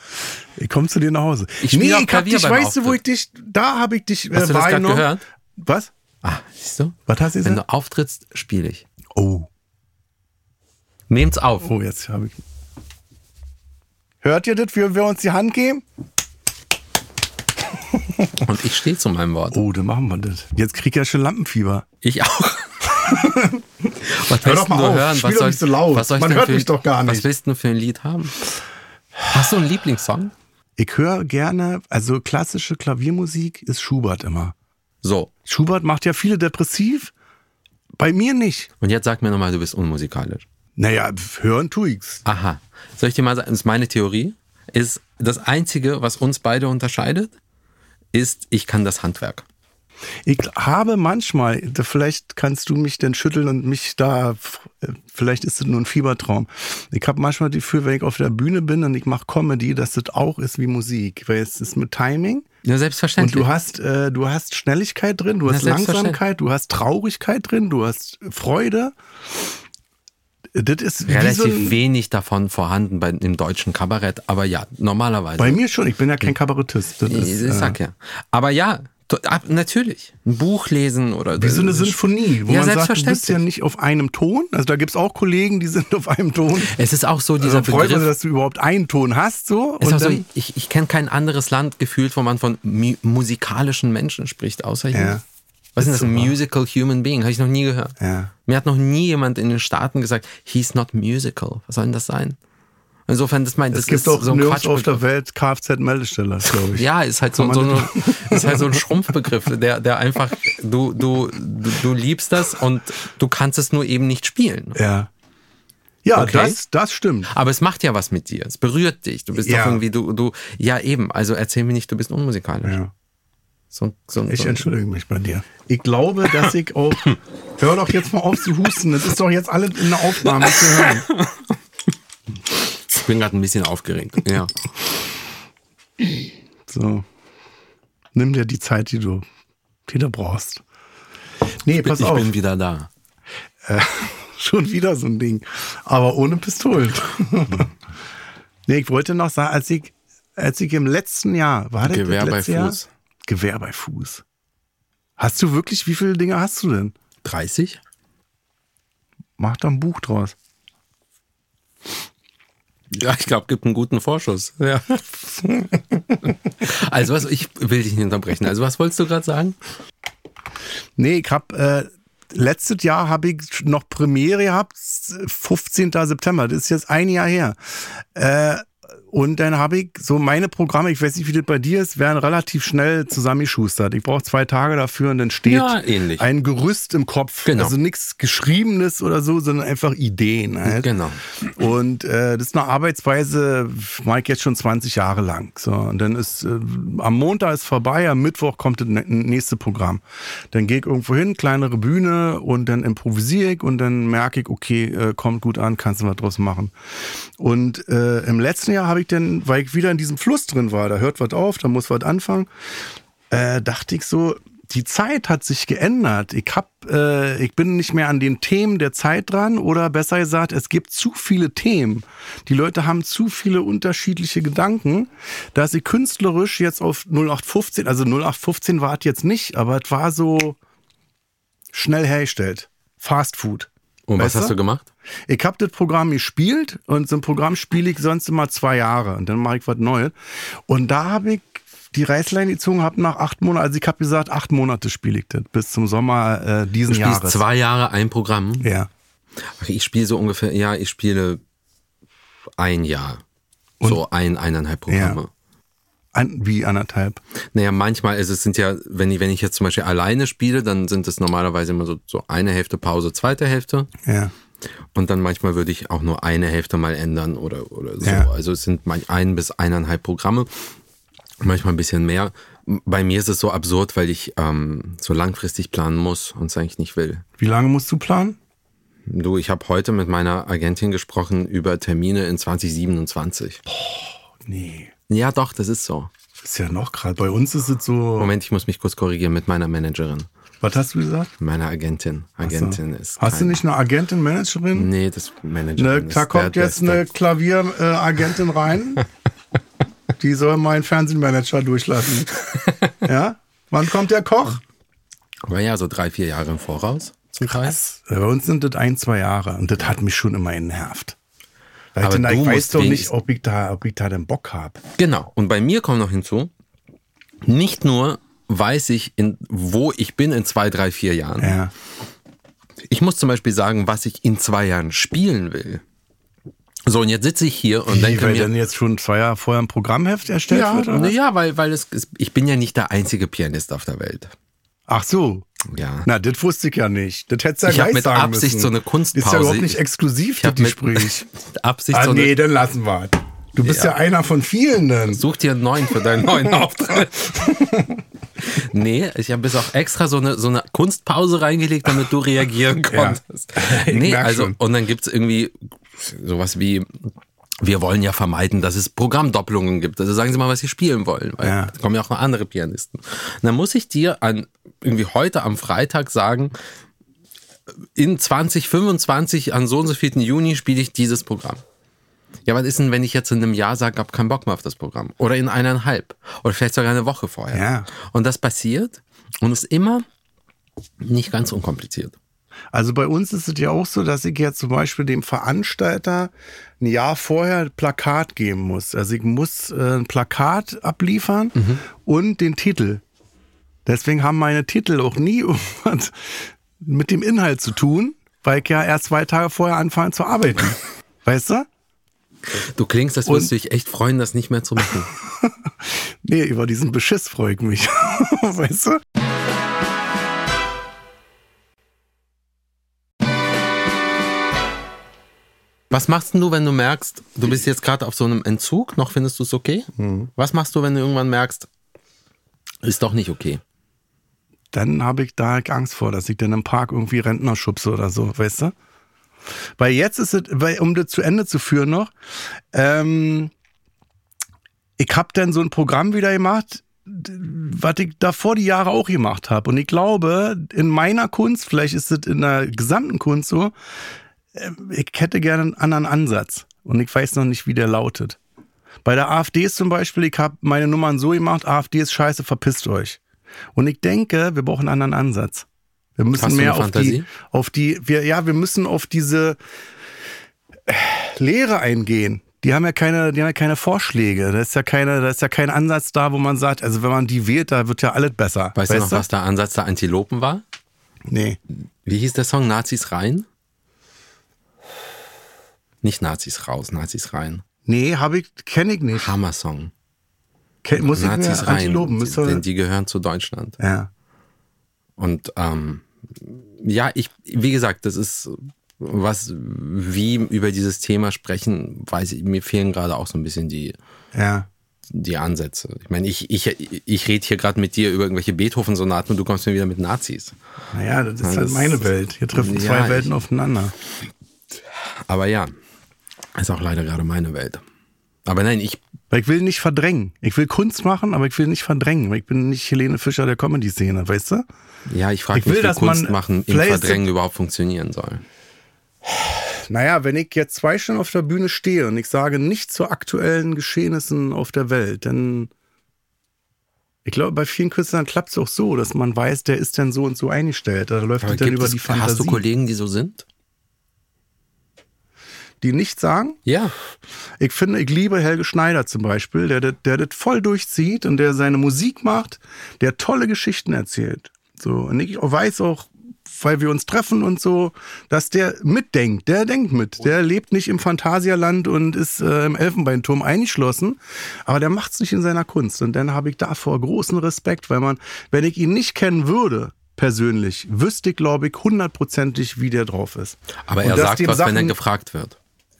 S2: Ich komme zu dir nach Hause.
S3: Ich spiel auf
S2: ich hab
S3: Klavier
S2: dich,
S3: beim
S2: weißt du, wo ich
S3: Auftritt.
S2: dich, da habe ich dich
S3: Hast du das grad
S2: wahrgenommen.
S3: gehört?
S2: Was?
S3: Ah, siehst du?
S2: Was hast du
S3: Wenn
S2: gesagt?
S3: du auftrittst, spiele ich.
S2: Oh,
S3: Nehm's auf.
S2: oh, jetzt habe ich. Hört ihr das, wie wir uns die Hand geben?
S3: Und ich stehe zu meinem Wort.
S2: Oh, dann machen wir das. Jetzt krieg ich ja schon Lampenfieber.
S3: Ich auch. <laughs> was
S2: Hör
S3: willst
S2: doch mal
S3: du
S2: auf,
S3: hören?
S2: spiel
S3: Was
S2: doch
S3: soll
S2: nicht
S3: ich-
S2: so laut.
S3: Was soll ich
S2: Man
S3: denn
S2: hört
S3: für,
S2: mich doch gar
S3: Was
S2: nicht.
S3: willst du denn für ein Lied haben? Hast du einen Lieblingssong?
S2: Ich höre gerne, also klassische Klaviermusik ist Schubert immer.
S3: So,
S2: Schubert macht ja viele depressiv. Bei mir nicht.
S3: und jetzt sag mir nochmal, du bist unmusikalisch.
S2: Naja, pf, hören tu ich's.
S3: Aha. Soll ich dir mal sagen, das ist meine Theorie, ist das Einzige, was uns beide unterscheidet, ist, ich kann das Handwerk.
S2: Ich habe manchmal, da- vielleicht kannst du mich denn schütteln und mich da, äh, vielleicht ist es nur ein Fiebertraum. Ich habe manchmal das Gefühl, wenn ich auf der Bühne bin und ich mache Comedy, dass das auch ist wie Musik. Weil es ist mit Timing
S3: Ja,
S2: und
S3: selbstverständlich.
S2: du hast, äh, du hast Schnelligkeit drin, du hast
S3: selbstverständlich.
S2: Langsamkeit, du hast Traurigkeit drin, du hast Freude. Das ist wie
S3: Relativ
S2: so ein,
S3: wenig davon vorhanden bei, im deutschen Kabarett, aber ja, normalerweise.
S2: bei mir schon. Ich bin ja kein Kabarettist. Das
S3: ich
S2: ist, äh,
S3: sag ja. Aber ja, to- ab, natürlich. Ein Buch lesen oder. äh,
S2: Wie so eine Sinfonie, wo
S3: Ja,
S2: man sagt, du bist
S3: selbstverständlich.
S2: ja nicht auf einem Ton. Also da gibt's auch Kollegen, die <laughs> sind auf einem Ton.
S3: Es ist auch so dieser
S2: Also freut man,
S3: Begriff.
S2: dass du überhaupt einen Ton hast. So.
S3: Ist auch
S2: Und
S3: so,
S2: dann,
S3: ich ich kenne kein anderes Land gefühlt, wo man von mu musikalischen Menschen spricht, außer hier.
S2: Ja.
S3: Was ist denn das? Ein musical human being? Habe ich noch nie gehört.
S2: Ja.
S3: Mir hat noch nie jemand in den Staaten gesagt, he's not musical. Was soll denn das sein? Insofern, das meint, das
S2: es gibt
S3: ist
S2: auch
S3: so ein
S2: nirgends auf der
S3: Quatschbegriff.
S2: Welt Kfz-Meldesteller, glaube ich.
S3: Ja, ist halt so,
S2: Kann
S3: so,
S2: man
S3: eine, ist halt so ein Schrumpfbegriff, der, der einfach, du, du, du, du liebst das und du kannst es nur eben nicht spielen.
S2: Ja, ja
S3: Okay.
S2: das, das stimmt.
S3: Aber es macht ja was mit dir. Es berührt dich. Du bist
S2: Ja.
S3: doch irgendwie, du, du, ja eben. Also erzähl mir nicht, du bist unmusikalisch.
S2: Ja.
S3: So, so,
S2: Ich
S3: so.
S2: entschuldige mich bei dir. Ich glaube, dass ich auch. <laughs> Hör doch jetzt mal auf zu husten. Das ist doch jetzt alles in der Aufnahme zu hören.
S3: Ich bin gerade ein bisschen aufgeregt. Ja.
S2: So. Nimm dir die Zeit, die du, die du brauchst. Nee, <laughs> pass
S3: ich
S2: auf.
S3: bin wieder da.
S2: <laughs> Schon wieder so ein Ding. Aber ohne
S3: <laughs>
S2: Pistolen. nee, ich wollte noch sagen, als ich, als ich im letzten Jahr, war das
S3: Gewehr
S2: das
S3: bei
S2: letzte
S3: Fuß.
S2: Jahr? Gewehr bei Fuß. Hast du wirklich, wie viele Dinge hast du denn?
S3: 30?
S2: Mach da ein Buch draus.
S3: Ja, ich glaube, gibt einen guten Vorschuss.
S2: <laughs>
S3: Ja. also was, ich will dich nicht unterbrechen. Also was wolltest du gerade sagen?
S2: Nee, ich hab, äh, letztes Jahr habe ich noch Premiere gehabt, 15. September, das ist jetzt ein Jahr her. Äh, und dann habe ich so meine Programme, ich weiß nicht, wie das bei dir ist, werden relativ schnell zusammengeschustert. Ich brauche zwei Tage dafür und dann steht
S3: Ja, ähnlich.
S2: ein Gerüst im Kopf.
S3: Genau.
S2: Also nichts Geschriebenes oder so, sondern einfach Ideen. Halt.
S3: Genau.
S2: Und äh, das ist eine Arbeitsweise, mache ich jetzt schon 20 Jahre lang. So, und dann ist äh, am Montag ist vorbei, am Mittwoch kommt das ne- nächste Programm. Dann gehe ich irgendwo hin, kleinere Bühne und dann improvisiere ich und dann merke ich, okay, äh, kommt gut an, kannst du was draus machen. Und äh, im letzten Jahr habe ich dann, weil ich wieder in diesem Fluss drin war, da hört was auf, da muss was anfangen, äh, dachte ich so, die Zeit hat sich geändert. Ich hab, äh, ich bin nicht mehr an den Themen der Zeit dran oder besser gesagt, es gibt zu viele Themen. Die Leute haben zu viele unterschiedliche Gedanken, dass sie künstlerisch jetzt auf 0815, also 0815 war es jetzt nicht, aber es war so schnell hergestellt. Fast Food.
S3: Und was
S2: Weißt
S3: hast du gemacht?
S2: Ich hab das Programm gespielt und so ein Programm spiele ich sonst immer zwei Jahre und dann mache ich was Neues. Und da habe ich die Reißleine gezogen, habe nach acht Monaten, also ich habe gesagt, acht Monate spiele ich das bis zum Sommer äh, diesen
S3: Du spielst
S2: Jahres.
S3: zwei Jahre ein Programm.
S2: Ja.
S3: Ach, Ich spiele so ungefähr, ja, ich spiele ein Jahr. so ein, eineinhalb Programme.
S2: Ja. An, wie anderthalb.
S3: Naja, manchmal, also es sind ja, wenn ich, wenn ich jetzt zum Beispiel alleine spiele, dann sind es normalerweise immer so, so eine Hälfte Pause, zweite Hälfte.
S2: Ja.
S3: Und dann manchmal würde ich auch nur eine Hälfte mal ändern oder, oder so.
S2: Ja.
S3: Also es sind manch ein bis eineinhalb Programme, manchmal ein bisschen mehr. Bei mir ist es so absurd, weil ich ähm, so langfristig planen muss und es eigentlich nicht will.
S2: Wie lange musst du planen?
S3: Du, ich habe heute mit meiner Agentin gesprochen über Termine in 2027.
S2: Nee.
S3: Ja, doch, das ist so.
S2: Ist ja noch gerade. Bei uns ist es so.
S3: Moment, ich muss mich kurz korrigieren mit meiner Managerin.
S2: Was hast du gesagt?
S3: Meiner Agentin. Agentin ist.
S2: Hast du
S3: kein-
S2: nicht eine Agentin, Managerin?
S3: Nee, das Managerin.
S2: Ne, da
S3: ist
S2: kommt
S3: der
S2: jetzt
S3: Beste.
S2: eine Klavieragentin äh, Agentin <laughs> rein. Die soll meinen Fernsehmanager durchlassen. <laughs> ja? Wann kommt der Koch?
S3: Aber ja, so drei, vier Jahre im Voraus zum Kreis.
S2: Äh, Bei uns sind das ein, zwei Jahre und das hat mich schon immer genervt. Weil ich
S3: Aber
S2: denn da-
S3: du
S2: ich weiß
S3: musst
S2: doch nicht,
S3: wenigstens-
S2: ob ich da, ob ich da den Bock habe.
S3: Genau. Und bei mir kommt noch hinzu, nicht nur weiß ich, in, wo ich bin in zwei, drei, vier Jahren.
S2: Ja.
S3: Ich muss zum Beispiel sagen, was ich in zwei Jahren spielen will. So, und jetzt sitze ich hier und
S2: Wie,
S3: denke
S2: weil
S3: mir,
S2: dann jetzt schon zwei Jahre vorher ein Programmheft erstellt
S3: ja,
S2: wird? Oder?
S3: na
S2: was?
S3: ja, weil, weil es, es, ich bin ja nicht der einzige Pianist auf der Welt.
S2: Ach so.
S3: Ja.
S2: Na, das wusste ich ja nicht. Das hättest du ja
S3: Ich hab
S2: gleich
S3: mit
S2: sagen
S3: Absicht
S2: müssen.
S3: so eine Kunstpause.
S2: Ist ja überhaupt nicht exklusiv,
S3: Ich
S2: das
S3: habe mit,
S2: Gespräch. <laughs>
S3: mit Absicht
S2: Ah,
S3: so
S2: nee,
S3: eine,
S2: dann lassen wir es. Du bist ja.
S3: Ja.
S2: einer von vielen dann.
S3: Such dir einen neuen für
S2: <laughs>
S3: deinen neuen Auftritt. Nee, ich habe bis auch extra so eine, so eine Kunstpause reingelegt, damit du reagieren
S2: Ja.
S3: konntest.
S2: <laughs> Ich
S3: Nee,
S2: merk
S3: also,
S2: schon.
S3: und dann gibt's irgendwie sowas wie, wir wollen ja vermeiden, dass es Programmdoppelungen gibt. Also sagen Sie mal, was Sie spielen wollen, weil
S2: Ja.
S3: da kommen ja auch noch andere Pianisten. Und dann muss ich dir an irgendwie heute am Freitag sagen, in 2025, an so und so vielen Juni, spiele ich dieses Programm. Ja, was ist denn, wenn ich jetzt in einem Jahr sage, hab keinen Bock mehr auf das Programm? Oder in eineinhalb? Oder vielleicht sogar eine Woche vorher?
S2: Ja.
S3: Und das passiert und ist immer nicht ganz unkompliziert.
S2: Also bei uns ist es ja auch so, dass ich jetzt zum Beispiel dem Veranstalter ein Jahr vorher ein Plakat geben muss. Also ich muss äh, ein Plakat abliefern und den Titel. Deswegen haben meine Titel auch nie <laughs> irgendwas mit dem Inhalt zu tun, weil ich ja erst zwei Tage vorher anfange zu arbeiten. Weißt du?
S3: Du klingst, als würdest du dich echt freuen, das nicht mehr zu machen. <laughs>
S2: Nee, über diesen Beschiss freue ich mich. <laughs> weißt du?
S3: Was machst denn du, wenn du merkst, du bist jetzt gerade auf so einem Entzug, noch findest du es okay? Was machst du, wenn du irgendwann merkst, ist doch nicht okay?
S2: dann habe ich da Angst vor, dass ich dann im Park irgendwie Rentner schubse oder so, weißt du? Weil jetzt ist es, weil, um das zu Ende zu führen noch, ähm, ich habe dann so ein Programm wieder gemacht, d- was ich davor die Jahre auch gemacht habe. Und ich glaube, in meiner Kunst, vielleicht ist es in der gesamten Kunst so, ähm, ich hätte gerne einen anderen Ansatz. Und ich weiß noch nicht, wie der lautet. Bei der AfD ist zum Beispiel, ich habe meine Nummern so gemacht, AfD ist scheiße, verpisst euch. Und ich denke, wir brauchen einen anderen Ansatz. Wir müssen
S3: Hast du
S2: mehr
S3: eine
S2: auf die,
S3: Fantasie?
S2: auf die, wir, ja, wir müssen auf diese äh, Lehre eingehen, die haben ja keine, die haben ja keine Vorschläge. Da ist ja keine, da ist ja kein Ansatz da, wo man sagt, also wenn man die wählt, da wird ja alles besser.
S3: Weißt, du noch, was der Ansatz der Antilopen war?
S2: Nee.
S3: Wie hieß der Song? Nazis rein? Nicht Nazis raus, Nazis rein.
S2: Nee, habe ich, kenne ich nicht.
S3: Hammer-Song.
S2: Kenn, muss ich
S3: Nazis
S2: mir
S3: rein.
S2: Antilopen,
S3: die,
S2: müsste,
S3: denn die gehören zu Deutschland.
S2: ja.
S3: Und ähm, ja, ich, wie gesagt, das ist was, wie über dieses Thema sprechen, weiß ich, mir fehlen gerade auch so ein bisschen die,
S2: Ja.
S3: die Ansätze. Ich meine, ich, ich, ich rede hier gerade mit dir über irgendwelche Beethoven-Sonaten und du kommst mir wieder mit Nazis.
S2: Naja, das ist
S3: Ja,
S2: halt
S3: das-
S2: meine Welt. Hier treffen zwei
S3: Ja, ich-
S2: Welten aufeinander.
S3: Aber ja, ist auch leider gerade meine Welt. Aber nein, ich,
S2: Weil ich will nicht verdrängen. Ich will Kunst machen, aber ich will nicht verdrängen. Weil ich bin nicht Helene Fischer der Comedy-Szene, weißt du?
S3: ja, ich frage
S2: Ich will,
S3: mich, wie
S2: dass
S3: Kunst
S2: man-
S3: machen im
S2: vielleicht ist-
S3: Verdrängen überhaupt funktionieren soll.
S2: Naja, wenn ich jetzt zwei Stunden auf der Bühne stehe und ich sage nichts zu aktuellen Geschehnissen auf der Welt, dann. Ich glaube, bei vielen Künstlern klappt es auch so, dass man weiß, der ist dann so und so eingestellt. Da läuft es
S3: Aber
S2: dann
S3: gibt
S2: über
S3: es,
S2: die
S3: hast du
S2: Fantasie,
S3: Kollegen, die so sind?
S2: die nichts sagen.
S3: Ja.
S2: Ich finde, ich liebe Helge Schneider zum Beispiel, der, das- der das voll durchzieht und der seine Musik macht, der tolle Geschichten erzählt. So, und ich weiß auch, weil wir uns treffen und so, dass der mitdenkt, der denkt mit. Der lebt nicht im Phantasialand und ist äh, im Elfenbeinturm eingeschlossen, aber der macht's nicht in seiner Kunst. Und dann habe ich davor großen Respekt, weil man, wenn ich ihn nicht kennen würde, persönlich, wüsste ich, glaube ich, hundertprozentig, wie der drauf ist.
S3: Aber
S2: Und
S3: er
S2: dass
S3: sagt
S2: dem
S3: was, wenn er
S2: Sachen-
S3: gefragt wird.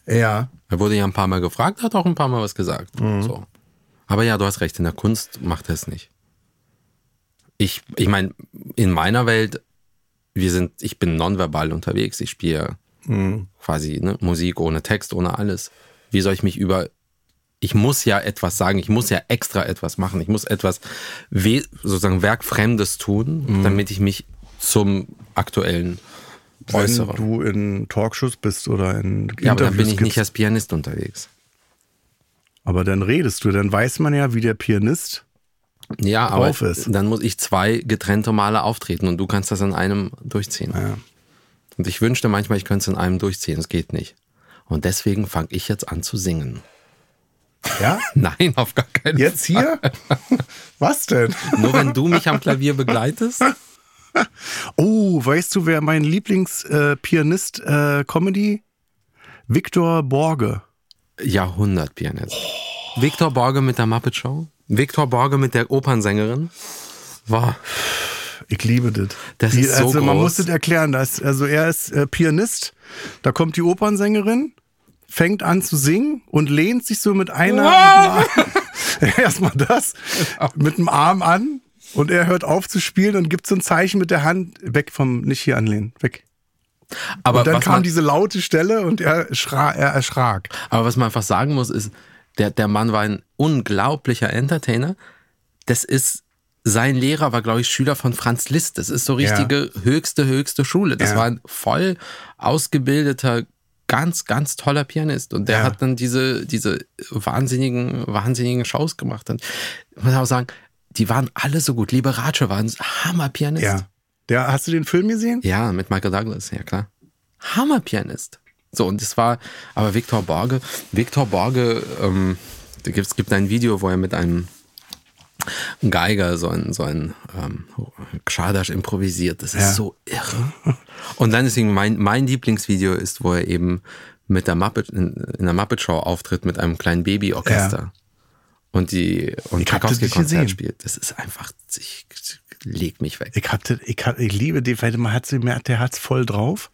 S2: Ja,
S3: Er wurde ja ein paar Mal gefragt, hat auch ein paar Mal was gesagt.
S2: Mhm.
S3: So. Aber ja, du hast recht, in der Kunst macht er es nicht. Ich, ich meine, in meiner Welt, wir sind, ich bin nonverbal unterwegs, ich spiele
S2: Mhm.
S3: quasi ne, Musik ohne Text, ohne alles. Wie soll ich mich über. Ich muss ja etwas sagen, ich muss ja extra etwas machen, ich muss etwas we sozusagen Werkfremdes tun,
S2: Mhm.
S3: damit ich mich zum Aktuellen
S2: Wenn
S3: äußere.
S2: du in Talkshows bist oder in
S3: Ja, aber dann bin ich
S2: gibst.
S3: nicht als Pianist unterwegs.
S2: Aber dann redest du, dann weiß man ja, wie der Pianist.
S3: ja,
S2: drauf
S3: aber
S2: ist.
S3: Dann muss ich zwei getrennte Male auftreten und du kannst das in einem durchziehen.
S2: Ja.
S3: Und ich wünschte manchmal, ich könnte es in einem durchziehen. Es geht nicht. Und deswegen fange ich jetzt an zu singen. <laughs>
S2: Ja?
S3: Nein, auf gar keinen
S2: Jetzt
S3: <laughs>
S2: hier? Was denn?
S3: Fall. Nur wenn du mich am Klavier
S2: <laughs>
S3: begleitest.
S2: Oh, weißt du, wer mein Lieblingspianist äh, Comedy? Viktor Borge.
S3: Jahrhundertpianist. Viktor Borge mit der Muppet Show. Viktor Borge mit der Opernsängerin. War
S2: Ich liebe das.
S3: Das
S2: die,
S3: ist so
S2: also man
S3: groß.
S2: muss das erklären, dass also er ist äh, Pianist, da kommt die Opernsängerin, fängt an zu singen und lehnt sich so mit einer <laughs> erstmal das mit dem Arm an und er hört auf zu spielen und gibt so ein Zeichen mit der Hand weg vom nicht hier anlehnen, weg.
S3: aber
S2: Und dann
S3: was
S2: kam
S3: man-
S2: diese laute Stelle und er, schra er erschrak.
S3: Aber was man einfach sagen muss, ist, der, der Mann war ein unglaublicher Entertainer. Das ist, sein Lehrer war, glaube ich, Schüler von Franz Liszt. Das ist so richtige höchste, höchste Schule. Das
S2: Ja.
S3: war ein voll ausgebildeter, ganz, ganz toller Pianist. Und der
S2: Ja.
S3: hat dann diese, diese wahnsinnigen, wahnsinnigen Shows gemacht. Und man muss auch sagen, die waren alle so gut. Liberace war ein Hammerpianist.
S2: Ja. Der, hast du den Film gesehen?
S3: Ja, mit Michael Douglas, ja klar. Hammerpianist. So, und das war, aber Viktor Borge, Viktor Borge, ähm, da gibt's, gibt ein Video, wo er mit einem Geiger so ein, so ein ähm, Schadasch improvisiert. Das ist
S2: Ja.
S3: so irre. Und dann deswegen mein, mein Lieblingsvideo ist, wo er eben mit der Muppet, in, in der Muppet Show auftritt mit einem kleinen Babyorchester. Und die, und
S2: Ich hab das nicht
S3: Tchaikovsky-Konzert
S2: gesehen.
S3: spielt. Das ist einfach, ich, ich leg mich weg.
S2: Ich, hab das, ich, hab, ich liebe den, weil man hat sie, man hat- der hat's voll drauf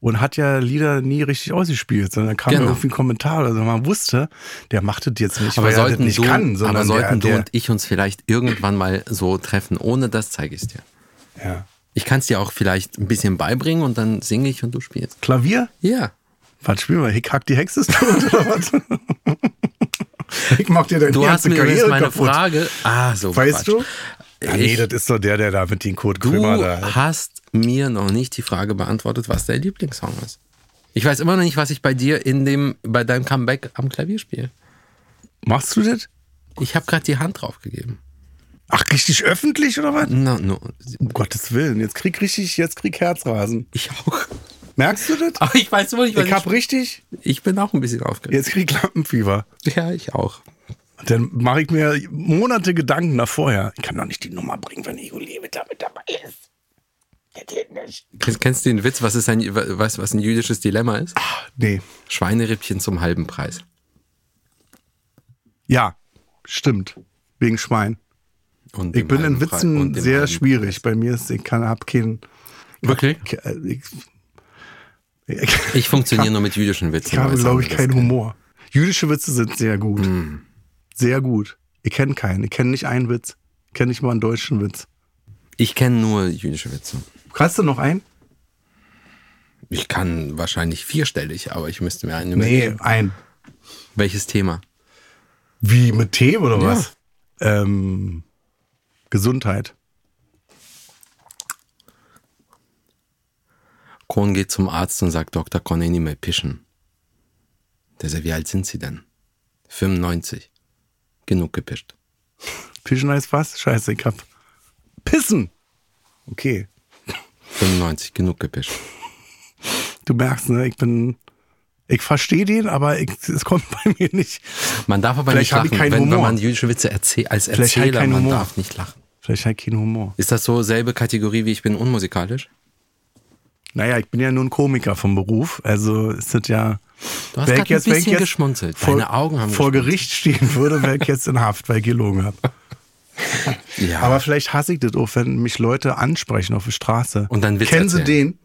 S2: und hat ja Lieder nie richtig ausgespielt, sondern kam
S3: Genau.
S2: irgendwie ein Kommentar oder so. Man wusste, der macht das jetzt nicht,
S3: Aber
S2: weil er das
S3: sollten,
S2: nicht
S3: du,
S2: kann, sondern
S3: aber sollten
S2: der,
S3: du und ich uns vielleicht irgendwann mal so treffen, ohne das zeige ich dir.
S2: der, ja.
S3: Ich kann es dir auch vielleicht ein bisschen beibringen und dann singe ich und du spielst.
S2: Klavier?
S3: Ja.
S2: Was spielen wir? Hickhack die Hexe ist tot
S3: <laughs>
S2: oder was? ich mach dir deine <laughs>
S3: Du hast
S2: ganze
S3: mir übrigens
S2: Karriere
S3: meine
S2: kaputt.
S3: Frage. Ah, so.
S2: weißt
S3: Quatsch.
S2: du? Ja, nee,
S3: Ich-
S2: das ist doch der, der da mit den Kurt
S3: Du
S2: Krömer da.
S3: hast mir noch nicht die Frage beantwortet, was dein Lieblingssong ist. Ich weiß immer noch nicht, was ich bei dir in dem, bei deinem Comeback am Klavier spiele.
S2: Machst du das?
S3: Ich habe gerade die Hand draufgegeben.
S2: Ach, richtig öffentlich oder was?
S3: Na, no,
S2: Um Gottes Willen, jetzt krieg richtig, jetzt krieg Herzrasen.
S3: ich auch. <laughs>
S2: Merkst du das?
S3: Aber ich weiß wohl, ich, weiß,
S2: Ich hab richtig,
S3: ich, ich bin auch ein bisschen aufgeregt.
S2: jetzt krieg ich Lampenfieber.
S3: Ja, ich auch.
S2: Dann mache ich mir Monate Gedanken da vorher. Ich kann doch nicht die Nummer bringen, wenn Juli mit damit dabei ist. Das geht nicht.
S3: Kennst, kennst du den Witz, was, ist ein, was, was ein jüdisches Dilemma ist?
S2: Nee.
S3: Schweinerippchen zum halben Preis.
S2: Ja, stimmt. Wegen Schwein.
S3: Und
S2: Ich
S3: dem
S2: bin
S3: halben
S2: in
S3: Pre- und
S2: Witzen
S3: dem
S2: sehr
S3: halben-
S2: schwierig. Bei mir ist, ich kann, hab keinen.
S3: Wirklich?
S2: Ich, ich, ich,
S3: Ich funktioniere nur mit jüdischen Witzen.
S2: <laughs> Ich habe,
S3: weiß
S2: glaube ich,
S3: anderes.
S2: keinen Humor. Jüdische Witze sind sehr gut.
S3: Hm.
S2: Sehr gut. Ich kenne keinen. Ich kenne nicht einen Witz. Ich kenne nicht mal einen deutschen Witz.
S3: Ich kenne nur jüdische Witze.
S2: Hast du noch einen?
S3: Ich kann wahrscheinlich vierstellig, aber ich müsste mir eine.
S2: einen.
S3: Welches Thema?
S2: Wie mit Tee oder was? Ähm, Gesundheit.
S3: Kohn geht zum Arzt und sagt, Dr. kann ich nicht mehr pischen. Der sagt, wie alt sind Sie denn? 95. Genug gepischt.
S2: Pischen heißt was? Scheiße, ich hab. Pissen! Okay.
S3: 95, genug gepischt.
S2: Du merkst, ne? Ich bin. Ich verstehe den, aber ich, es kommt <laughs> bei mir nicht.
S3: Man darf aber
S2: Vielleicht
S3: nicht
S2: habe ich
S3: lachen,
S2: keinen
S3: wenn, wenn
S2: Humor.
S3: man jüdische Witze erzäh als
S2: Vielleicht habe ich
S3: Erzähler,
S2: keinen
S3: man
S2: Humor.
S3: darf nicht lachen.
S2: Vielleicht halt kein Humor.
S3: Ist das so selbe Kategorie wie ich bin unmusikalisch?
S2: Naja, ich bin ja nur ein Komiker vom Beruf. Also ist das ja.
S3: Du hast
S2: Wär ich
S3: gerade ein
S2: wär ich
S3: bisschen geschmunzelt.
S2: Vor,
S3: Deine Augen haben
S2: vor
S3: geschmunzelt.
S2: Gericht stehen würde, wäre ich jetzt in Haft, weil ich gelogen habe.
S3: Ja.
S2: Aber vielleicht hasse ich das auch, wenn mich Leute ansprechen auf der Straße.
S3: Und dann Witz
S2: Kennen sie
S3: erzählen.
S2: den?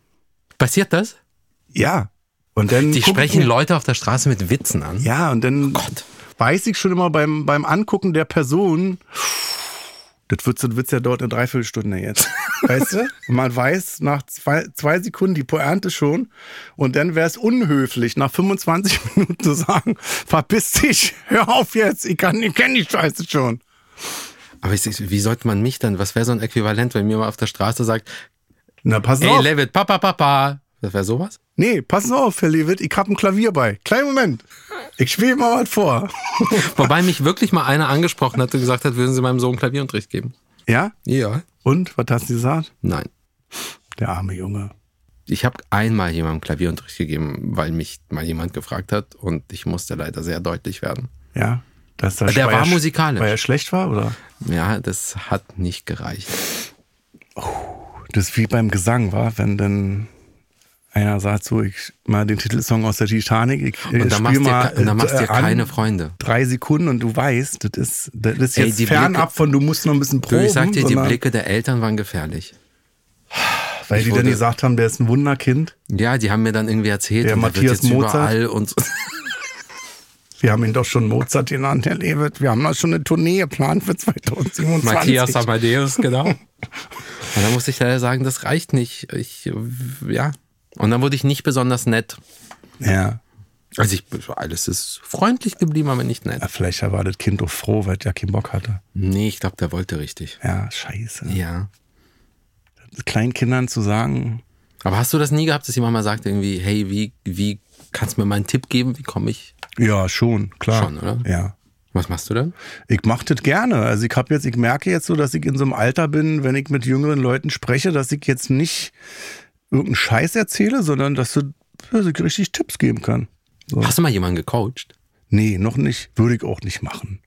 S3: Passiert das?
S2: Ja. Und dann
S3: Die
S2: gucken-
S3: sprechen Leute auf der Straße mit Witzen an.
S2: Ja, und dann
S3: Gott.
S2: weiß ich schon immer beim, beim Angucken der Person, das wird, das wird's ja dort eine Dreiviertelstunde jetzt. <laughs> Weißt du? Und man weiß nach zwei, zwei Sekunden die Pointe schon. Und dann wäre es unhöflich, nach 25 <laughs> Minuten zu sagen, verpiss dich, hör auf jetzt, ich, kann- ich kenne die Scheiße schon.
S3: Aber ich, wie sollte man mich dann, was wäre so ein Äquivalent, wenn mir mal auf der Straße sagt,
S2: Na, pass
S3: ey
S2: auf.
S3: Levitt, Papa, Papa. Das wäre sowas?
S2: nee, pass auf, Herr Lewitt, ich hab ein Klavier bei. Kleinen Moment. Ich spiele mal was vor.
S3: Wobei mich wirklich mal einer angesprochen hat und gesagt hat, würden Sie meinem Sohn Klavierunterricht geben?
S2: ja?
S3: Ja.
S2: Und? Was hast du gesagt?
S3: Nein.
S2: Der arme Junge.
S3: Ich habe einmal jemandem Klavierunterricht gegeben, weil mich mal jemand gefragt hat und ich musste leider sehr deutlich werden.
S2: Ja. Dass das
S3: Der
S2: weil
S3: war
S2: er sch-
S3: musikalisch.
S2: Weil er schlecht war, oder?
S3: Ja, das hat nicht gereicht.
S2: Das ist wie beim Gesang, war, wenn dann einer sagt so, ich mal den Titelsong aus der Titanic, ich äh,
S3: Und da
S2: spiel
S3: machst,
S2: mal,
S3: dir, da machst
S2: äh,
S3: dir
S2: an,
S3: keine Freunde.
S2: Drei Sekunden und du weißt, das ist, das ist
S3: Ey,
S2: jetzt
S3: die
S2: fernab
S3: Blicke-
S2: von, du musst noch ein bisschen
S3: Du,
S2: proben.
S3: ich sag dir, die
S2: sondern-
S3: Blicke der Eltern waren gefährlich.
S2: weil
S3: ich
S2: die dann
S3: wurde-
S2: gesagt haben, der ist ein Wunderkind.
S3: Ja, die haben mir dann irgendwie erzählt,
S2: Der
S3: und wird
S2: Matthias
S3: jetzt
S2: Mozart.
S3: überall
S2: <laughs>
S3: und so.
S2: Wir haben ihn doch schon Mozart genannt, Herr Lewitt. Wir haben da schon eine Tournee geplant für 2027.
S3: Matthias
S2: <laughs>
S3: Amadeus, genau. Und dann musste ich leider sagen, das reicht nicht. Ich, ja. Und dann wurde ich nicht besonders nett.
S2: Ja.
S3: Also ich, alles ist freundlich geblieben, aber nicht nett.
S2: ja, vielleicht war das Kind doch froh, weil er keinen Bock hatte.
S3: Nee, ich glaube, der wollte richtig.
S2: Ja, scheiße.
S3: Ja.
S2: Kleinkindern zu sagen,
S3: Aber hast du das nie gehabt, dass jemand mal sagt irgendwie, hey, wie, wie kannst du mir mal einen Tipp geben? Wie komme ich?
S2: ja, schon, klar.
S3: Schon, oder?
S2: Ja.
S3: Was machst du dann?
S2: Ich mache das gerne. Also ich habe jetzt, ich merke jetzt so, dass ich in so einem Alter bin, wenn ich mit jüngeren Leuten spreche, dass ich jetzt nicht irgendeinen Scheiß erzähle, sondern dass, du, dass ich richtig Tipps geben kann. So.
S3: Hast du mal jemanden gecoacht?
S2: Nee, noch nicht. Würde ich auch nicht machen.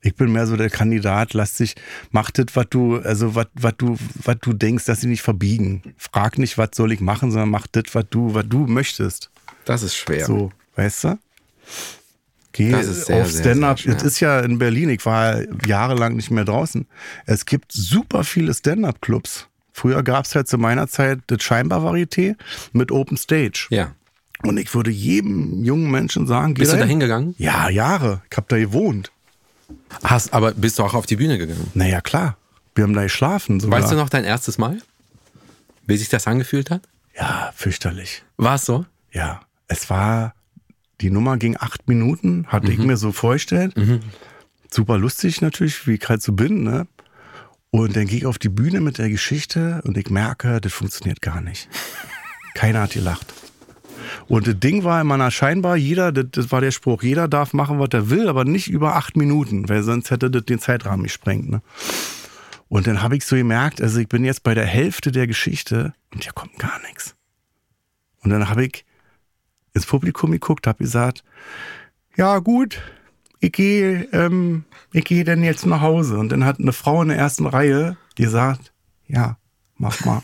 S2: Ich bin mehr so der Kandidat, lass dich, mach das, was du, also was, was du, was du denkst, dass sie nicht verbiegen. Frag nicht, was soll ich machen, sondern mach das, was du, was du möchtest.
S3: Das ist schwer.
S2: So, weißt du? Geh
S3: Das ist sehr,
S2: auf
S3: sehr,
S2: Stand-up.
S3: sehr schwer.
S2: Jetzt ist ja in Berlin, ich war jahrelang nicht mehr draußen. Es gibt super viele Stand-up-Clubs. Früher gab es halt zu meiner Zeit das Scheinbar-Varieté mit Open Stage.
S3: Ja.
S2: Und ich würde jedem jungen Menschen sagen, geh
S3: Bist du da
S2: dahin?
S3: hingegangen?
S2: Ja, Jahre. Ich habe da gewohnt.
S3: Hast, aber bist du auch auf die Bühne gegangen?
S2: Naja, klar. Wir haben da geschlafen. Sogar.
S3: Weißt du noch dein erstes Mal? Wie sich das angefühlt hat?
S2: Ja, fürchterlich.
S3: War es so?
S2: Ja, es war, die Nummer ging acht Minuten, hatte ich mir so vorgestellt. Super lustig natürlich, wie ich halt so bin, ne? Und dann gehe ich auf die Bühne mit der Geschichte und ich merke, das funktioniert gar nicht. Keiner hat gelacht. Und das Ding war immer na, scheinbar, jeder, das, das war der Spruch, jeder darf machen, was er will, aber nicht über acht Minuten, weil sonst hätte das den Zeitrahmen gesprengt. Ne? Und dann habe ich so gemerkt, also ich bin jetzt bei der Hälfte der Geschichte und hier kommt gar nichts. Und dann habe ich ins Publikum geguckt, habe gesagt, ja gut, ich gehe, ähm, ich gehe dann jetzt nach Hause. Und dann hat eine Frau in der ersten Reihe gesagt, ja, mach
S3: <laughs>
S2: mal.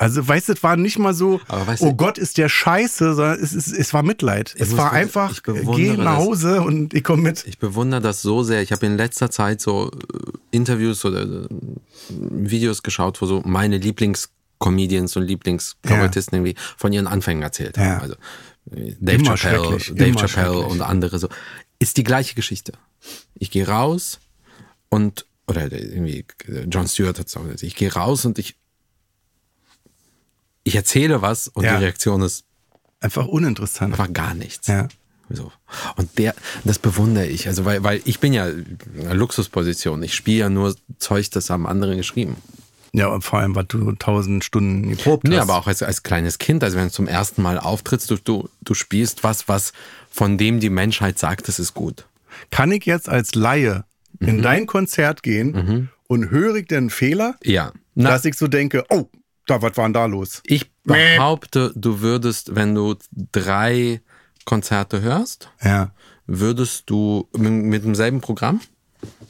S2: Also, weißt du, es war nicht mal so,
S3: Aber weißt
S2: oh
S3: du-
S2: Gott, ist der scheiße, sondern es, es, es war Mitleid. es
S3: muss
S2: war
S3: be-
S2: einfach,
S3: ich bewundere
S2: geh nach
S3: das.
S2: Hause und ich komme mit.
S3: Ich bewundere das so sehr. Ich habe in letzter Zeit so äh, Interviews oder äh, Videos geschaut, wo so meine Lieblingscomedians und Lieblingskabarettisten irgendwie von ihren Anfängen erzählt haben.
S2: Ja.
S3: Also äh, Dave
S2: Immer
S3: Chappelle,
S2: schrecklich,
S3: Dave
S2: immer
S3: Chappelle
S2: schrecklich.
S3: und andere so. Ist die gleiche Geschichte. Ich gehe raus und oder irgendwie äh, John Stewart hat es auch gesagt. Ich gehe raus und ich ich erzähle was und
S2: Ja.
S3: die Reaktion ist
S2: Einfach uninteressant.
S3: einfach gar nichts.
S2: Ja.
S3: So. Und der, das bewundere ich. Also, weil, weil ich bin ja in einer Luxusposition. Ich spiele ja nur Zeug, das haben andere geschrieben.
S2: Ja, und vor allem, was du tausend Stunden geprobt hast.
S3: Nee, aber auch als, als kleines Kind, also wenn du zum ersten Mal auftrittst, du, du, du spielst was, was von dem die Menschheit sagt, das ist gut.
S2: Kann ich jetzt als Laie
S3: Mhm.
S2: in dein Konzert gehen und höre ich denn einen Fehler,
S3: Ja. Mhm. Na,
S2: dass ich so denke, oh, da, was war denn da los?
S3: ich behaupte, du würdest, wenn du drei Konzerte hörst,
S2: Ja.
S3: würdest du mit, mit demselben Programm,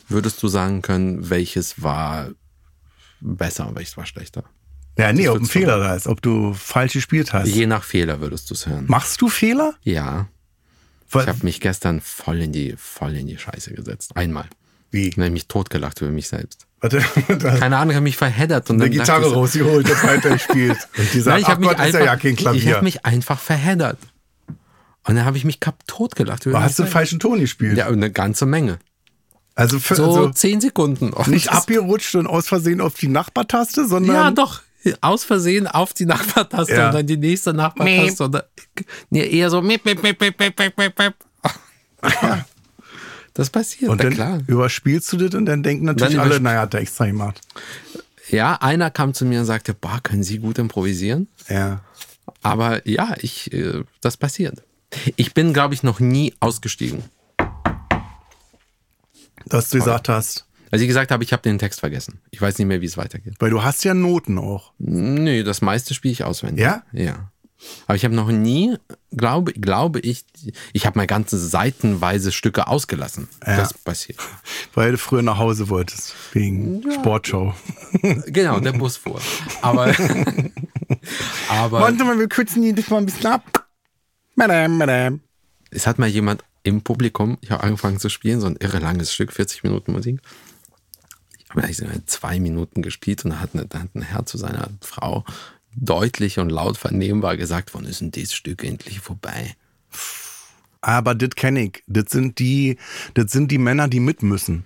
S3: würdest du sagen können, welches war besser und welches war schlechter?
S2: Ja, nee,
S3: Das
S2: ob ein
S3: wird's
S2: Fehler da ist, ob du falsch gespielt hast.
S3: Je nach Fehler würdest du es hören.
S2: Machst du Fehler?
S3: Ja.
S2: Weil-
S3: Ich habe mich gestern voll in die voll in die Scheiße gesetzt. Einmal.
S2: Wie?
S3: Ich habe mich totgelacht über mich selbst.
S2: Warte, <laughs> da hast
S3: Keine Ahnung, ich habe mich verheddert und
S2: du eine
S3: dann dachte
S2: Gitarre
S3: ich so,
S2: rausgeholt, das
S3: <laughs>
S2: weitergespielt. Und die
S3: Nein,
S2: sagen,
S3: ich
S2: ach
S3: habe mich
S2: Gott, ist
S3: einfach,
S2: ja ja kein Klavier.
S3: ich habe mich einfach verheddert. Und dann habe ich mich kaputt totgelacht über
S2: Aber
S3: mich
S2: hast du einen
S3: selbst.
S2: falschen Ton gespielt?
S3: Ja, eine ganze Menge.
S2: Also, für,
S3: So
S2: also
S3: zehn Sekunden. Und
S2: nicht
S3: das-
S2: abgerutscht und aus Versehen auf die Nachbartaste, sondern
S3: Ja, doch. Aus Versehen auf die Nachbartaste
S2: Ja.
S3: und dann die nächste Nachbartaste. Und dann, nee, eher so miep, miep, miep, miep, miep, miep, miep,
S2: <laughs>
S3: miep. Das passiert,
S2: und
S3: na
S2: dann
S3: klar.
S2: überspielst du das und dann denken natürlich
S3: Dann
S2: alle,
S3: übersp-
S2: naja, hat der extra gemacht.
S3: Ja, einer kam zu mir und sagte, boah, können Sie gut improvisieren?
S2: Ja.
S3: Aber ja, ich, äh, das passiert. Ich bin, glaube ich, noch nie ausgestiegen.
S2: Dass du gesagt hast,
S3: Als ich gesagt habe, ich habe den Text vergessen. Ich weiß nicht mehr, wie es weitergeht.
S2: weil du hast ja Noten auch.
S3: Nee, das meiste spiele ich auswendig.
S2: Ja?
S3: Ja. Aber ich habe noch nie, glaube, glaube ich, ich habe mal ganze seitenweise Stücke ausgelassen.
S2: Ja.
S3: Das passiert.
S2: Weil du früher nach Hause wolltest, wegen Sportshow.
S3: Genau, der Bus fuhr.
S2: <laughs>
S3: Aber, <laughs> aber
S2: mal, wir kürzen die das mal ein bisschen ab. Madame, madame.
S3: es hat mal jemand im Publikum, ich habe angefangen zu spielen, so ein irre langes Stück, 40 Minuten Musik. Ich habe eigentlich so zwei Minuten gespielt und da hat, eine, da hat ein Herr zu seiner Frau deutlich und laut vernehmbar gesagt, wann ist denn dieses Stück endlich vorbei?
S2: Aber das kenne ich. Das sind die, das sind die Männer, die mit müssen.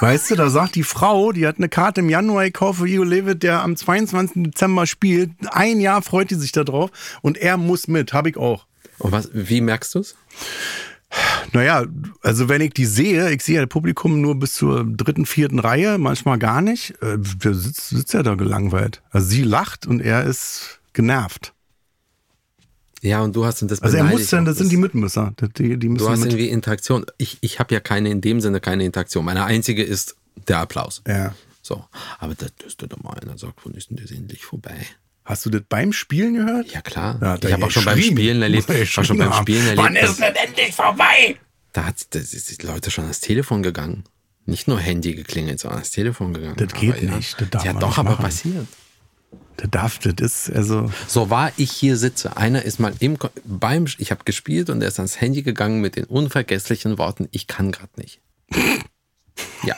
S2: Weißt du, da sagt die Frau, die hat eine Karte im Januar gekauft für Igo Levitt, der am 22. Dezember spielt. Ein Jahr freut die sich da drauf und er muss mit, habe ich auch.
S3: Und was, wie merkst du es?
S2: Naja, also wenn ich die sehe, ich sehe ja das Publikum nur bis zur dritten, vierten Reihe, manchmal gar nicht. Äh, Der sitzt, sitzt ja da gelangweilt. Also sie lacht und er ist genervt.
S3: Ja, und du hast das
S2: Also er muss
S3: beleidigt
S2: dann,
S3: auch.
S2: das sind die Mitmüsser. Das- Die, die
S3: Du
S2: müssen
S3: hast
S2: mit.
S3: irgendwie Interaktion. Ich, ich habe ja keine, in dem Sinne keine Interaktion. Meine einzige ist der Applaus.
S2: Ja.
S3: So, aber da dürfte doch mal einer sagt, wann ist denn das endlich vorbei?
S2: Hast du das beim Spielen gehört?
S3: Ja klar.
S2: Ja, da
S3: ich habe auch schon beim
S2: geschrien.
S3: Spielen erlebt.
S2: Ja,
S3: Ich war schon beim
S2: geschrien
S3: Spielen
S2: haben.
S3: erlebt.
S2: Wann
S3: dass-
S2: ist denn endlich vorbei?
S3: Da hat da sind die Leute schon ans Telefon gegangen. Nicht nur Handy geklingelt, sondern ans Telefon gegangen.
S2: Das geht
S3: ja,
S2: nicht, das darf
S3: ja,
S2: man
S3: doch,
S2: nicht
S3: aber
S2: machen.
S3: passiert.
S2: Das darf, das ist, also,
S3: So war ich hier sitze. Einer ist mal im Ko- beim ich habe gespielt und er ist ans Handy gegangen mit den unvergesslichen Worten: Ich kann gerade
S2: <laughs>
S3: nicht. ja.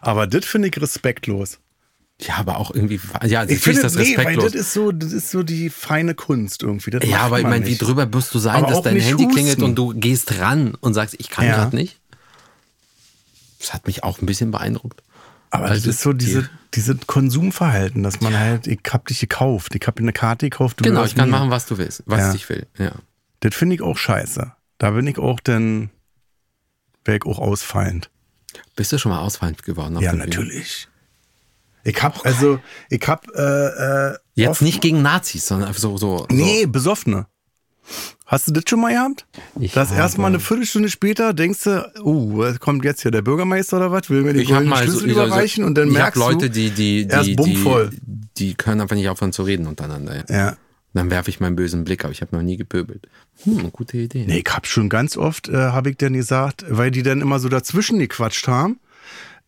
S2: aber das finde ich respektlos.
S3: Ja, aber auch irgendwie, ja,
S2: Ich
S3: natürlich
S2: finde,
S3: ist das
S2: das nee, weil
S3: respektlos.
S2: das ist so, das ist so die feine Kunst irgendwie. Das
S3: ja,
S2: macht
S3: aber ich
S2: man
S3: meine, wie
S2: nicht.
S3: drüber musst du sein,
S2: Aber
S3: dass
S2: auch
S3: dein
S2: nicht
S3: Handy klingelt
S2: husten.
S3: und du gehst ran und sagst, ich kann
S2: Ja.
S3: gerade nicht? Das hat mich auch ein bisschen beeindruckt.
S2: Aber das
S3: Also
S2: ist so
S3: die-
S2: diese, diese Konsumverhalten, dass man halt, ich hab dich gekauft, ich hab dir eine Karte gekauft. Du
S3: Genau,
S2: gehörst
S3: ich kann
S2: mir.
S3: machen, was du willst, was
S2: Ja.
S3: ich will. Ja.
S2: Das finde ich auch scheiße. Da bin ich auch dann, wäre ich auch ausfallend.
S3: Bist du schon mal ausfallend geworden? auf
S2: Ja,
S3: der Bühne?
S2: natürlich. Ich hab, also, ich hab, äh, äh,
S3: Jetzt
S2: oft-
S3: nicht gegen Nazis, sondern einfach so. so, so.
S2: Nee, Besoffene. Hast du das schon mal gehabt?
S3: Ich ähm,
S2: Dass
S3: habe-
S2: erstmal eine Viertelstunde später denkst du, uh, was kommt jetzt hier der Bürgermeister oder was? Will mir den
S3: Ich habe
S2: goldenen
S3: mal
S2: Schlüssel
S3: so,
S2: überreichen und dann
S3: ich hab
S2: merkst
S3: Leute,
S2: du,
S3: die, die,
S2: er ist
S3: die,
S2: bummvoll.
S3: die, die können einfach nicht aufhören zu reden untereinander. Ja.
S2: Ja.
S3: Dann werfe ich meinen bösen Blick, aber ich habe noch nie gepöbelt. Hm, gute Idee.
S2: Nee, ich habe schon ganz oft, äh, habe ich dann gesagt, weil die dann immer so dazwischen gequatscht haben.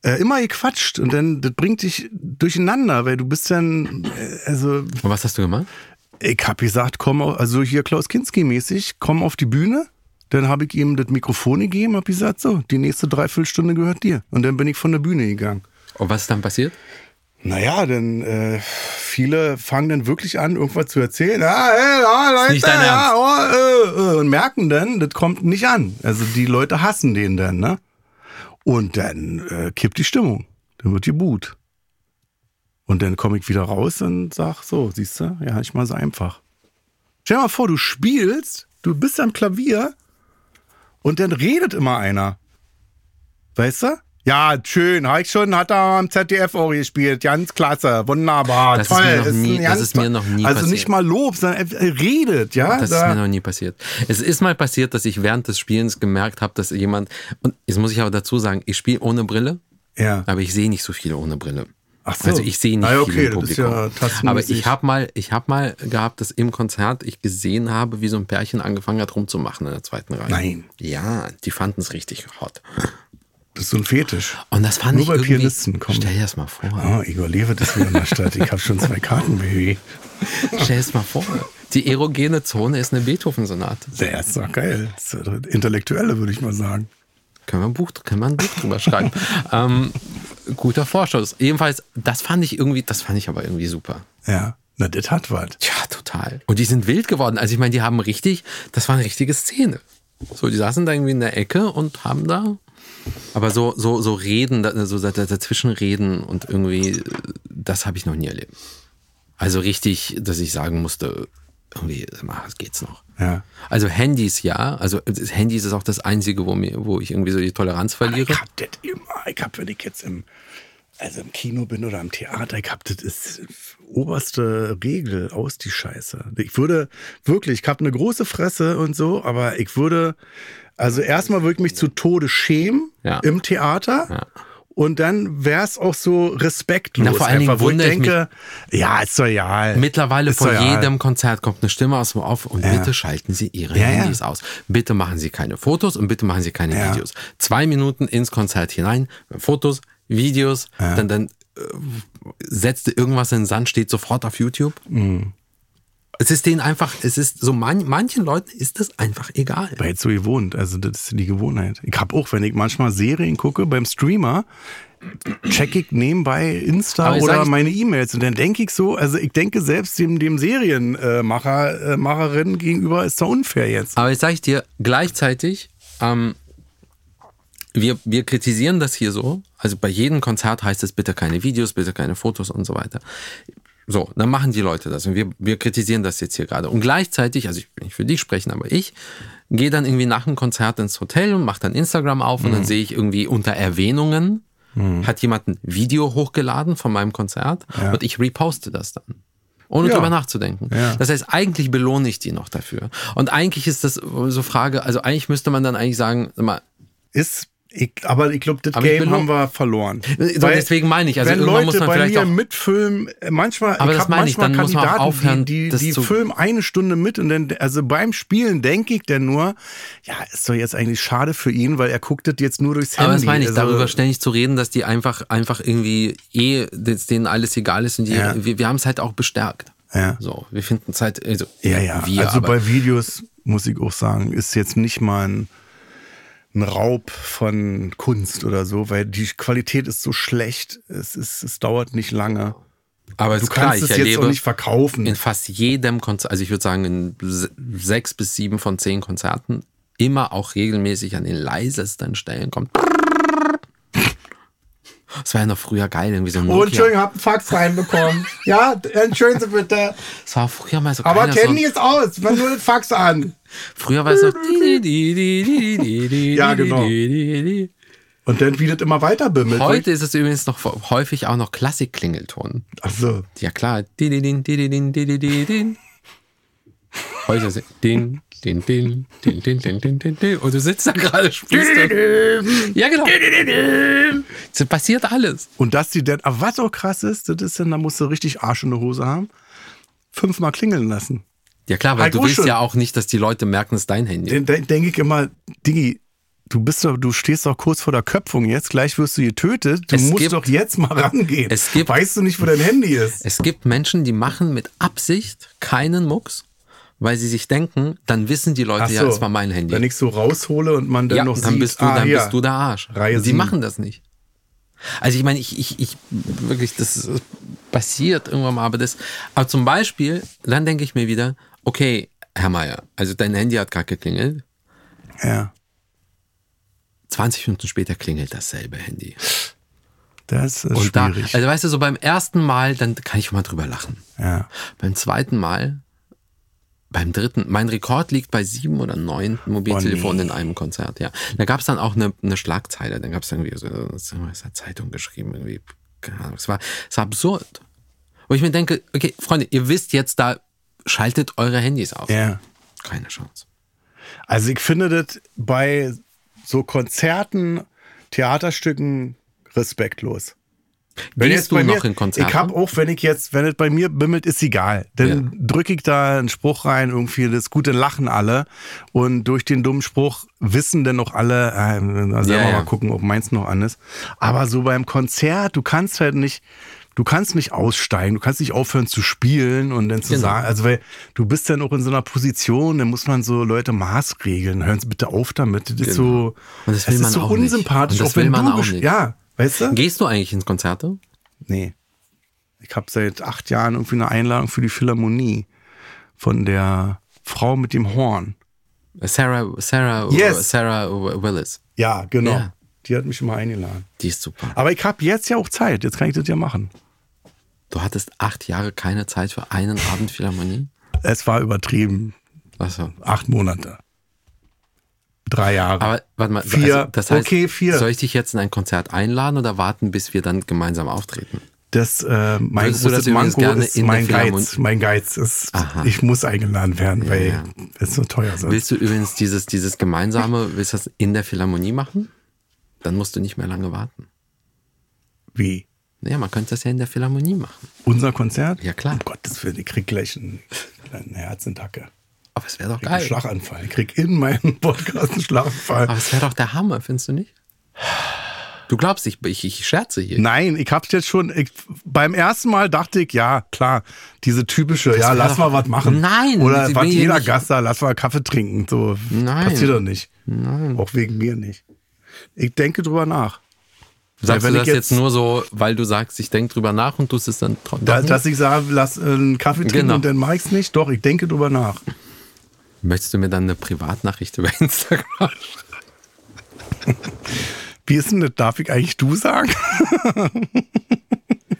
S2: Äh, immer gequatscht und dann, das bringt dich durcheinander, weil du bist dann, äh, also
S3: Und was hast du gemacht?
S2: ich habe gesagt, komm, au- also hier Klaus Kinski mäßig, komm auf die Bühne. Dann habe ich ihm das Mikrofon gegeben, habe gesagt, so, die nächste Dreiviertelstunde gehört dir. Und dann bin ich von der Bühne gegangen.
S3: Und was ist dann passiert?
S2: Naja, denn äh, viele fangen dann wirklich an, irgendwas zu erzählen. Ah, hey, ah, Leute,
S3: nicht dein
S2: ja, oh, äh, äh, und merken dann, das kommt nicht an. Also die Leute hassen den dann, ne? Und dann äh, kippt die Stimmung. Dann wird gebuht. Und dann komme ich wieder raus und sag so, siehst du, ja, nicht mal so einfach. Stell dir mal vor, du spielst, du bist am Klavier und dann redet immer einer. Weißt du? Ja, schön, hab ich schon, hat er am ZDF auch gespielt. Ganz klasse, wunderbar,
S3: Das ist
S2: toll.
S3: mir noch
S2: ein
S3: nie- das
S2: ganz
S3: ist mir
S2: toll-
S3: noch nie
S2: Also
S3: passiert.
S2: nicht mal Lob, sondern er redet, ja?
S3: Das ist
S2: Ah, Da-
S3: mir noch nie passiert. Es ist mal passiert, dass ich während des Spielens gemerkt habe, dass jemand. Und jetzt muss ich aber dazu sagen, ich spiele ohne Brille,
S2: ja.
S3: aber ich sehe nicht so viele ohne Brille.
S2: Ach so.
S3: Also ich sehe nicht
S2: Ah, okay,
S3: viel im
S2: das ist
S3: Publikum.
S2: ja tastenmäßig.
S3: aber ich habe mal, ich habe mal gehabt, dass im Konzert ich gesehen habe, wie so ein Pärchen angefangen hat rumzumachen in der zweiten Reihe.
S2: Nein.
S3: Ja, die fanden es richtig hot.
S2: Das ist so ein Fetisch.
S3: Und das fand
S2: Nur
S3: ich
S2: bei
S3: irgendwie,
S2: Pianisten kommt-
S3: Stell dir das mal vor.
S2: Oh, Igor Levert ist wieder in der Stadt. Ich habe schon zwei Karten, Baby.
S3: Stell es mal vor. Die erogene Zone ist eine Beethoven-Sonate.
S2: Der ist doch geil. Das ist doch Intellektuelle, würde ich mal sagen.
S3: Können wir ein Buch, können wir ein Buch
S2: <laughs>
S3: drüber schreiben. ähm, guter Vorschuss. Jedenfalls, das fand ich irgendwie, das fand ich aber irgendwie super.
S2: Ja. Na, das hat was.
S3: Ja, total. Und die sind wild geworden. Also ich meine, die haben richtig, das war eine richtige Szene. So, die saßen da irgendwie in der Ecke und haben da, aber so, so, so reden, da- so da- da- dazwischen reden und irgendwie, äh, das habe ich noch nie erlebt. Also richtig, dass ich sagen musste, irgendwie, sag mal, was geht's noch?
S2: Ja.
S3: Also Handys, ja. Also das Handys ist auch das Einzige, wo, mir, wo ich irgendwie so die Toleranz verliere.
S2: Ich hab das immer. Ich hab, wenn ich jetzt im, also im Kino bin oder im Theater, ich hab das ist oberste Regel aus die Scheiße. Ich würde wirklich, ich hab eine große Fresse und so, aber ich würde, also erstmal würde ich mich zu Tode schämen
S3: Ja.
S2: im Theater.
S3: Ja.
S2: Und dann wär's auch so respektlos.
S3: Na, vor allen Dingen
S2: einfach, wo ich
S3: wundere ich
S2: denke, ja, ist doch egal.
S3: Mittlerweile
S2: Ist
S3: vor
S2: doch egal.
S3: jedem Konzert kommt eine Stimme aus dem Off und bitte schalten Sie Ihre
S2: Ja,
S3: Handys
S2: ja.
S3: aus. Bitte machen Sie keine Fotos und bitte machen Sie keine
S2: Ja.
S3: Videos. Zwei Minuten ins Konzert hinein, Fotos, Videos, dann, dann äh, setzt du irgendwas in den Sand, steht sofort auf YouTube.
S2: Mhm.
S3: Es ist denen einfach, es ist so, man, manchen Leuten ist das einfach egal.
S2: war jetzt so gewohnt. Also das ist die Gewohnheit. Ich habe auch, wenn ich manchmal Serien gucke beim Streamer, check ich nebenbei Insta
S3: Aber ich sag
S2: oder
S3: ich-
S2: meine E-Mails und dann denke ich so, also ich denke selbst dem, dem Serienmacher, äh, Macherin gegenüber ist da unfair jetzt.
S3: Aber jetzt sage ich dir gleichzeitig, ähm, wir, wir kritisieren das hier so. Also bei jedem Konzert heißt es bitte keine Videos, bitte keine Fotos und so weiter. So, dann machen die Leute das und wir, wir kritisieren das jetzt hier gerade. Und gleichzeitig, also ich will nicht für dich sprechen, aber ich gehe dann irgendwie nach dem Konzert ins Hotel und mache dann Instagram auf und dann sehe ich irgendwie unter Erwähnungen hat jemand ein Video hochgeladen von meinem Konzert und ich reposte das dann. Ohne
S2: Ja.
S3: drüber nachzudenken.
S2: Ja.
S3: Das heißt, eigentlich belohne ich die noch dafür. Und eigentlich ist das so Frage, also eigentlich müsste man dann eigentlich sagen, sag mal,
S2: Ist, ich, aber ich glaube, das
S3: Aber ich
S2: Game
S3: bin
S2: haben wir verloren.
S3: so, deswegen meine ich, also
S2: wenn Leute
S3: irgendwann muss man
S2: bei
S3: vielleicht
S2: mir
S3: auch-
S2: mitfilmen, äh, manchmal,
S3: Aber das
S2: hab
S3: meine ich,
S2: manchmal
S3: dann muss man auch
S2: Kandidaten,
S3: aufhören,
S2: die,
S3: das
S2: die, die
S3: zu-
S2: filmen eine Stunde mit und dann, also beim Spielen denke ich dann nur, ja, ist doch jetzt eigentlich schade für ihn, weil er guckt das jetzt nur durchs
S3: Aber
S2: Handy.
S3: das meine ich,
S2: Also-
S3: darüber ständig zu reden, dass die einfach, einfach irgendwie eh, dass denen alles egal ist und die,
S2: Ja.
S3: wir, wir haben es halt auch bestärkt.
S2: Ja.
S3: So, wir finden es halt, also,
S2: Ja, ja.
S3: wir,
S2: also
S3: aber,
S2: bei Videos muss ich auch sagen, ist jetzt nicht mal ein, ein Raub von Kunst oder so, weil die Qualität ist so schlecht. Es, ist, es dauert nicht lange.
S3: aber es
S2: Du
S3: ist klar,
S2: kannst
S3: ich
S2: es jetzt auch
S3: erlebe
S2: nicht verkaufen.
S3: in fast jedem Konzert, also ich würde sagen, in se- sechs bis sieben von zehn Konzerten immer auch regelmäßig an den leisesten Stellen kommt. Das war ja noch früher geil, irgendwie so ein
S4: Und
S3: Nokia.
S4: schön, Oh, hab einen Fax
S3: <laughs>
S4: reinbekommen. ja, entschuldigen Sie bitte.
S3: Das war früher mal so
S4: Aber
S3: geiler
S4: Candy
S3: Song.
S4: ist aus, wenn nur das Fax an.
S3: Früher war es noch.
S2: Ja, genau. Und dann wird das immer weiter bimmelt.
S3: Heute ist es übrigens noch häufig auch noch Klassik-Klingelton.
S2: Also,
S3: Ja klar. Dididin, dididin, dididin. Heute ist es din, din, din, din, din, din, din, din, din. Und du sitzt da gerade, spielst das. Ja, genau.
S4: Ähm.
S3: Es passiert alles.
S2: und dass die dann, aber was auch krass ist, das ist dann, da musst du richtig Arsch in der Hose haben, fünfmal klingeln lassen.
S3: Ja klar, weil
S2: Halt
S3: du
S2: gut
S3: willst
S2: schon.
S3: ja auch nicht, dass die Leute merken, es ist dein Handy.
S2: Den- den- Denke ich immer, Digi, du bist doch, du stehst doch kurz vor der Köpfung jetzt, gleich wirst du getötet. Du
S3: Es
S2: musst
S3: gibt-
S2: doch jetzt mal rangehen.
S3: Es gibt-
S2: weißt du nicht, wo dein Handy ist?
S3: Es gibt Menschen, die machen mit Absicht keinen Mucks, weil sie sich denken, dann wissen die Leute,
S2: Ach
S3: ja,
S2: so.
S3: es war mein Handy.
S2: Wenn ich so raushole und man dann
S3: ja,
S2: noch
S3: dann
S2: sieht,
S3: bist du,
S2: ah,
S3: dann
S2: ja.
S3: bist du der Arsch.
S2: Reihe
S3: die
S2: sieben.
S3: machen das nicht. Also ich meine, ich, ich, ich wirklich, das ist- passiert irgendwann mal, aber das. Aber zum Beispiel, dann denke ich mir wieder, okay, Herr Meier, also dein Handy hat gerade geklingelt.
S2: Ja,
S3: 20 Minuten später klingelt dasselbe Handy.
S2: das ist
S3: Und da,
S2: schwierig.
S3: also weißt du, so beim ersten Mal, dann kann ich mal drüber lachen.
S2: ja.
S3: Beim zweiten Mal, beim dritten, mein Rekord liegt bei sieben oder neun
S2: Oh,
S3: Mobiltelefonen in einem Konzert, ja. Da gab es dann auch eine, eine Schlagzeile, dann gab es irgendwie so, das hat eine Zeitung geschrieben, irgendwie, keine Ahnung, es war, es war absurd. Wo ich mir denke, okay, Freunde, ihr wisst jetzt da, schaltet eure Handys aus.
S2: ja.
S3: Keine Chance.
S2: Also ich finde das bei so Konzerten, Theaterstücken respektlos. Wenn
S3: Gehst
S2: jetzt
S3: du
S2: bei
S3: noch
S2: mir,
S3: in Konzerte?
S2: Ich habe auch, wenn ich jetzt, wenn es bei mir bimmelt, ist egal. Dann
S3: Ja.
S2: drücke ich da einen Spruch rein, irgendwie das Gute lachen alle. Und durch den dummen Spruch wissen dann noch alle, äh, also
S3: Ja,
S2: selber
S3: ja.
S2: mal gucken, ob meins noch an ist. Aber so beim Konzert, du kannst halt nicht, du kannst nicht aussteigen, du kannst nicht aufhören zu spielen und dann zu
S3: Genau.
S2: sagen, also weil du bist dann auch in so einer Position, dann muss man so Leute maßregeln. Hören Sie bitte auf damit. Das ist so,
S3: Genau. Und das will
S2: ist
S3: man
S2: so
S3: auch nicht.
S2: unsympathisch.
S3: Und das
S2: wenn
S3: will man
S2: du
S3: auch
S2: gesch-
S3: nicht.
S2: Ja, weißt du?
S3: Gehst du eigentlich ins Konzerte?
S2: Nee. Ich habe seit acht Jahren irgendwie eine Einladung für die Philharmonie von der Frau mit dem Horn.
S3: Sarah, Sarah,
S2: Yes.
S3: Sarah Willis.
S2: Ja, genau.
S3: Ja.
S2: Die hat mich immer eingeladen.
S3: Die ist super.
S2: Aber ich habe jetzt ja auch Zeit. Jetzt kann ich das ja machen.
S3: Du hattest acht Jahre keine Zeit für einen Abend Philharmonie?
S2: Es war übertrieben.
S3: Achso.
S2: Acht Monate. Drei Jahre.
S3: Aber warte mal,
S2: Vier.
S3: Also, das heißt,
S2: Okay, vier.
S3: soll ich dich jetzt in ein Konzert einladen oder warten, bis wir dann gemeinsam auftreten?
S2: das, äh, mein
S3: Würdest du das
S2: großes
S3: übrigens
S2: Manko
S3: gerne
S2: ist
S3: in der
S2: mein Geiz.
S3: Philharmonie-
S2: Mein Geiz ist,
S3: Aha.
S2: ich muss eingeladen werden, weil
S3: ja.
S2: es so teuer ist.
S3: Willst du übrigens dieses, dieses gemeinsame, willst du das in der Philharmonie machen? Dann musst du nicht mehr lange warten.
S2: Wie?
S3: Naja, man könnte das ja in der Philharmonie machen.
S2: Unser Konzert?
S3: Ja, klar.
S2: Um Gottes Willen, ich krieg gleich einen, einen Herzinntacke.
S3: Aber es wäre doch
S2: krieg einen
S3: geil.
S2: Schlaganfall. Ich krieg in meinem <laughs> Podcast einen Schlaganfall.
S3: Aber es wäre doch der Hammer, findest du nicht? Du glaubst, ich, ich, ich scherze hier.
S2: Nein, ich hab's jetzt schon. Ich, beim ersten Mal dachte ich, ja, klar, diese typische, ja,
S3: wär
S2: lass
S3: doch-
S2: mal was machen.
S3: Nein,
S2: Oder
S3: sie
S2: was
S3: will hier
S2: jeder
S3: nicht-
S2: Gast da, lass mal Kaffee trinken. So,
S3: Nein.
S2: passiert doch nicht. Auch wegen mir nicht. Ich denke drüber nach.
S3: Sagst
S2: wenn
S3: du
S2: ich
S3: das jetzt,
S2: jetzt-
S3: nur so, weil du sagst, ich denke drüber nach und tust es dann trotzdem?
S2: Da, dass ich sage, lass äh, einen Kaffee trinken
S3: Genau.
S2: und dann mach ich's nicht. Doch, ich denke drüber nach.
S3: Möchtest du mir dann eine Privatnachricht über Instagram?
S2: Wie ist denn das? Darf ich eigentlich du sagen?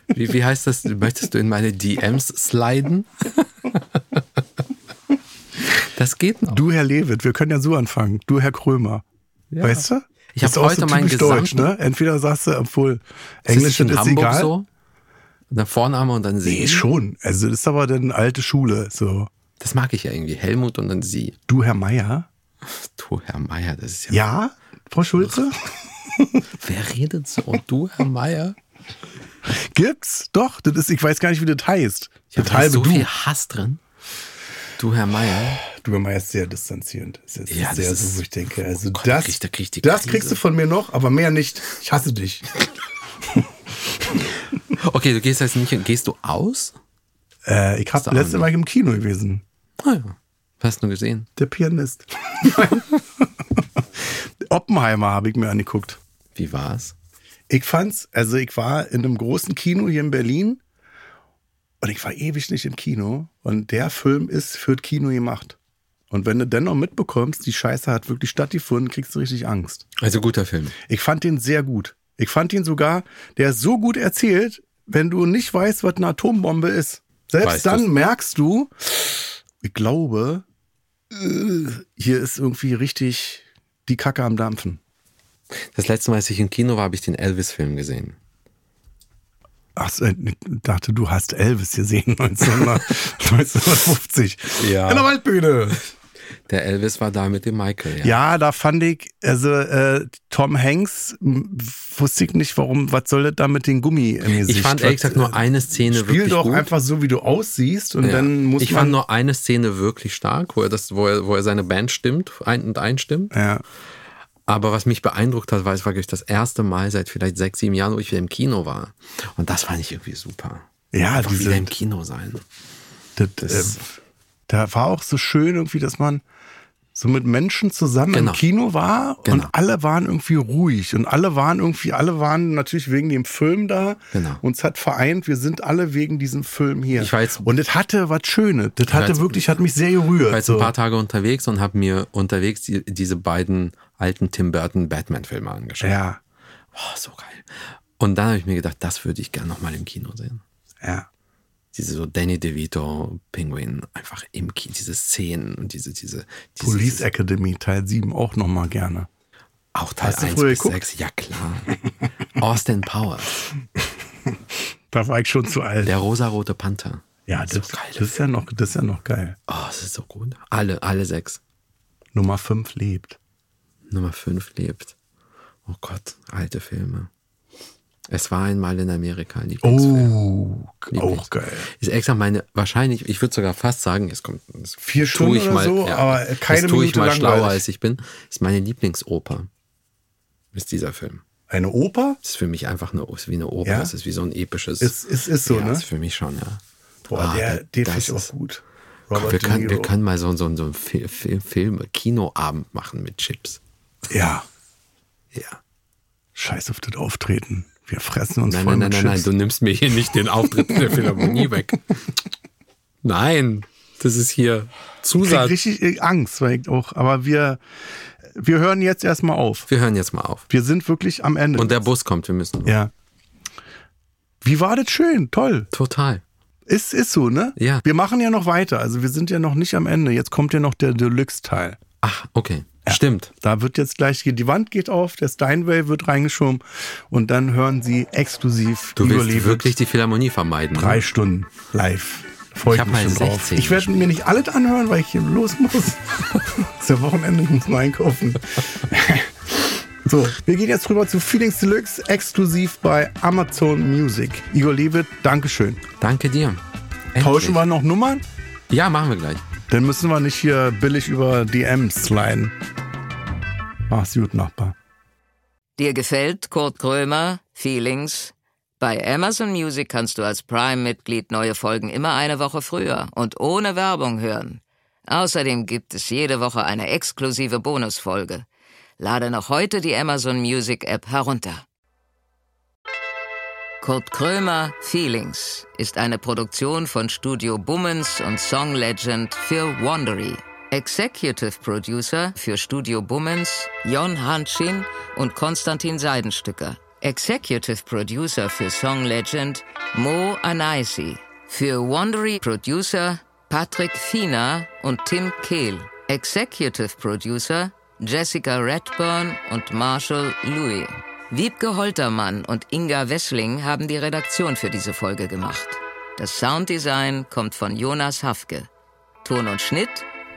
S3: Wie, wie heißt das? Möchtest du in meine DMs sliden? Das geht noch.
S2: Du, Herr Lewit, wir können ja so anfangen. Du, Herr Krömer. Weißt du?
S3: Ich hab
S2: Ist auch
S3: heute meinen
S2: typisch Deutsch,
S3: gesamten-
S2: ne? Entweder sagst du, obwohl
S3: Ist
S2: Englisch
S3: das
S2: das
S3: in
S2: ist
S3: Hamburg
S2: egal.
S3: so? Der Vorname und dann sie.
S2: Nee, schon. Also das ist aber dann alte Schule. So,
S3: Das mag ich ja irgendwie. Helmut und dann sie.
S2: du, Herr Meier?
S3: Du, Herr Meier, das ist ja.
S2: Ja, Frau
S3: <laughs>
S2: Schulze?
S3: Wer redet so? Und du, Herr Meier?
S2: Gibt's? Doch, das ist, ich weiß gar nicht, wie das heißt.
S3: Ja,
S2: das
S3: da ist
S2: halbe
S3: so
S2: Du.
S3: viel Hass drin. Du, Herr Meier.
S2: Du, Herr Meier, ist sehr distanzierend. Das ist
S3: Ja, das
S2: sehr
S3: ist-
S2: so, wo ich denke, also
S3: Oh Gott,
S2: das,
S3: krieg- da krieg ich die
S2: das
S3: Krise.
S2: kriegst du von mir noch, aber mehr nicht. Ich hasse dich.
S3: Okay, du gehst jetzt nicht. Gehst du aus?
S2: Äh, ich habe
S3: Sag
S2: letzte
S3: mal.
S2: Mal im Kino gewesen.
S3: Ah ja. Hast du nur gesehen.
S2: Der Pianist. <laughs> Oppenheimer habe ich mir angeguckt.
S3: Wie war's?
S2: Ich fand's, also ich war in einem großen Kino hier in Berlin und ich war ewig nicht im Kino und der Film ist für das Kino gemacht. Und wenn du dennoch mitbekommst, die Scheiße hat wirklich stattgefunden, kriegst du richtig Angst.
S3: Also guter Film.
S2: Ich fand den sehr gut. Ich fand ihn sogar, der ist so gut erzählt, wenn du nicht weißt, was eine Atombombe ist. Selbst
S3: Weißt
S2: dann
S3: du's.
S2: merkst du, ich glaube, äh, hier ist irgendwie richtig die Kacke am Dampfen.
S3: Das letzte Mal, als ich im Kino war, habe ich den Elvis-Film gesehen.
S2: Ach, so, ich dachte, du hast <laughs> Elvis gesehen 1900 1950.
S3: Ja.
S2: In der Waldbühne.
S3: Der Elvis war da mit dem Michael, ja.
S2: Ja, da fand ich, also äh, Tom Hanks, m, wusste ich nicht, warum, was soll das da mit den Gummi im Gesicht?
S3: ich fand ehrlich
S2: Was- äh,
S3: gesagt nur eine Szene
S2: Spiel
S3: wirklich
S2: doch
S3: gut.
S2: einfach so, wie du aussiehst und
S3: Ja.
S2: dann muss
S3: ich
S2: man...
S3: fand nur eine Szene wirklich stark, wo er, das, wo er, wo er seine Band stimmt ein, und einstimmt.
S2: ja.
S3: Aber was mich beeindruckt hat, war, es war wirklich das erste Mal seit vielleicht sechs, sieben Jahren, wo ich wieder im Kino war. Und das fand ich irgendwie super.
S2: Ja,
S3: Einfach
S2: diese-
S3: wieder im Kino sein.
S2: Das,
S3: Das-
S2: äh, da war auch so schön irgendwie, dass man so mit Menschen zusammen
S3: Genau.
S2: im Kino war
S3: Genau.
S2: und alle waren irgendwie ruhig und alle waren irgendwie, alle waren natürlich wegen dem Film da.
S3: Genau.
S2: Uns hat vereint, wir sind alle wegen diesem Film hier.
S3: Ich war jetzt-
S2: und das hatte was Schönes. Das
S3: war
S2: hatte
S3: jetzt-
S2: wirklich, hat mich sehr gerührt.
S3: Ich war jetzt ein paar Tage unterwegs und habe mir unterwegs die, diese beiden alten Tim Burton Batman-Filme angeschaut.
S2: ja,
S3: Boah, so geil. Und dann habe ich mir gedacht, das würde ich gerne nochmal im Kino sehen.
S2: ja.
S3: Diese so Danny DeVito, Penguin, einfach im Kino, diese Szenen und diese, diese, diese
S2: Police Academy Teil 7 auch nochmal gerne.
S3: auch Teil
S2: Hast du
S3: 1
S2: früher
S3: bis
S2: geguckt?
S3: 6, ja klar. Austin Powers,
S2: Da war ich schon zu alt.
S3: der rosarote Panther.
S2: Ja,
S3: so
S2: das,
S3: geil.
S2: das, ist ja noch, das ist ja noch geil.
S3: Oh, es ist so gut. Alle, alle sechs.
S2: Nummer 5 lebt.
S3: Nummer 5 lebt. Oh Gott, alte Filme. Es war einmal in Amerika, ein Lieblingsfilm.
S2: Oh,
S3: Lieblings-
S2: auch geil.
S3: Ist extra meine, wahrscheinlich, ich würde sogar fast sagen, es kommt. Das
S2: Vier
S3: tue
S2: Stunden
S3: ich
S2: oder
S3: mal,
S2: so, aber keine
S3: das tue ich
S2: Minute
S3: mal schlauer
S2: langweilig.
S3: als ich bin. Ist meine Lieblingsoper. Ist dieser Film.
S2: Eine Oper?
S3: Ist für mich einfach eine, ist wie eine Oper.
S2: Ja?
S3: Es ist wie so ein episches.
S2: Ist, ist, ist so,
S3: ja,
S2: ne?
S3: Ist für mich schon, ja.
S2: Boah,
S3: Ah,
S2: der,
S3: da-
S2: der
S3: das
S2: finde ich
S3: ist-
S2: auch gut.
S3: Komm,
S2: Robert
S3: wir,
S2: De
S3: können, wir
S2: Niro.
S3: können mal so, so, so einen Film, Film, Film Kinoabend machen mit Chips.
S2: Ja,
S3: Ja.
S2: scheiß auf das Auftreten. Wir fressen uns
S3: Nein,
S2: voll
S3: nein, nein,
S2: mit
S3: nein, nein,
S2: Chips.
S3: du nimmst mir hier nicht den Auftritt in der Philharmonie weg. Nein, das ist hier
S2: ich krieg
S3: Zusatz.
S2: richtig äh, Angst, weil ich auch, aber wir, wir hören jetzt erstmal auf.
S3: Wir hören jetzt mal auf.
S2: Wir sind wirklich am Ende.
S3: Und der Bus kommt, wir müssen.
S2: ja. Wie war das schön? Toll.
S3: Total.
S2: Ist, ist so, ne?
S3: Ja.
S2: Wir machen ja noch weiter. Also wir sind ja noch nicht am Ende. Jetzt kommt ja noch der Deluxe-Teil.
S3: Ach, okay. Stimmt.
S2: Da wird jetzt gleich, die Wand geht auf, der Steinway wird reingeschoben und dann hören sie exklusiv
S3: Du willst
S2: Überlebend.
S3: wirklich die Philharmonie vermeiden. ne?
S2: drei Stunden live. Freue ich
S3: Ich hab
S2: mich
S3: mal
S2: schon drauf.
S3: 16
S2: Ich werde mir nicht alles anhören, weil ich hier los
S3: <laughs>
S2: muss. Es ist ja Wochenende, ich muss mal einkaufen. So, wir gehen jetzt rüber zu Feelings Deluxe, exklusiv bei Amazon Music. Igor Levit, Dankeschön.
S3: Danke dir. Endlich.
S2: Tauschen wir noch Nummern?
S3: Ja, machen wir gleich.
S2: Dann müssen wir nicht hier billig über DMs sliden. Mach's gut, Nachbar.
S1: Dir gefällt Kurt Krömer, Feelings? Bei Amazon Music kannst du als Prime-Mitglied neue Folgen immer eine Woche früher und ohne Werbung hören. Außerdem gibt es jede Woche eine exklusive Bonusfolge. Lade noch heute die Amazon Music App herunter. Kurt Krömer Feelings ist eine Produktion von Studio Bummens und Song Legend für Wandery. Executive Producer für Studio Bummens Jon Hanschin und Konstantin Seidenstücker. Executive Producer für Song Legend Mo Anaisi. Für Wandery Producer Patrick Fiener und Tim Kehl. Executive Producer Jessica Redburn und Marshall Louis. Wiebke Holtermann und Inga Wessling haben die Redaktion für diese Folge gemacht. Das Sounddesign kommt von Jonas Hafke. Ton und Schnitt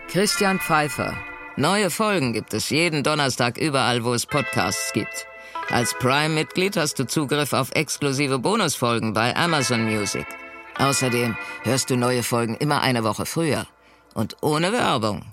S1: Christian Pfeiffer. Neue Folgen gibt es jeden Donnerstag überall, wo es Podcasts gibt. Als Prime-Mitglied hast du Zugriff auf exklusive Bonusfolgen bei Amazon Music. Außerdem hörst du neue Folgen immer eine Woche früher und ohne Werbung.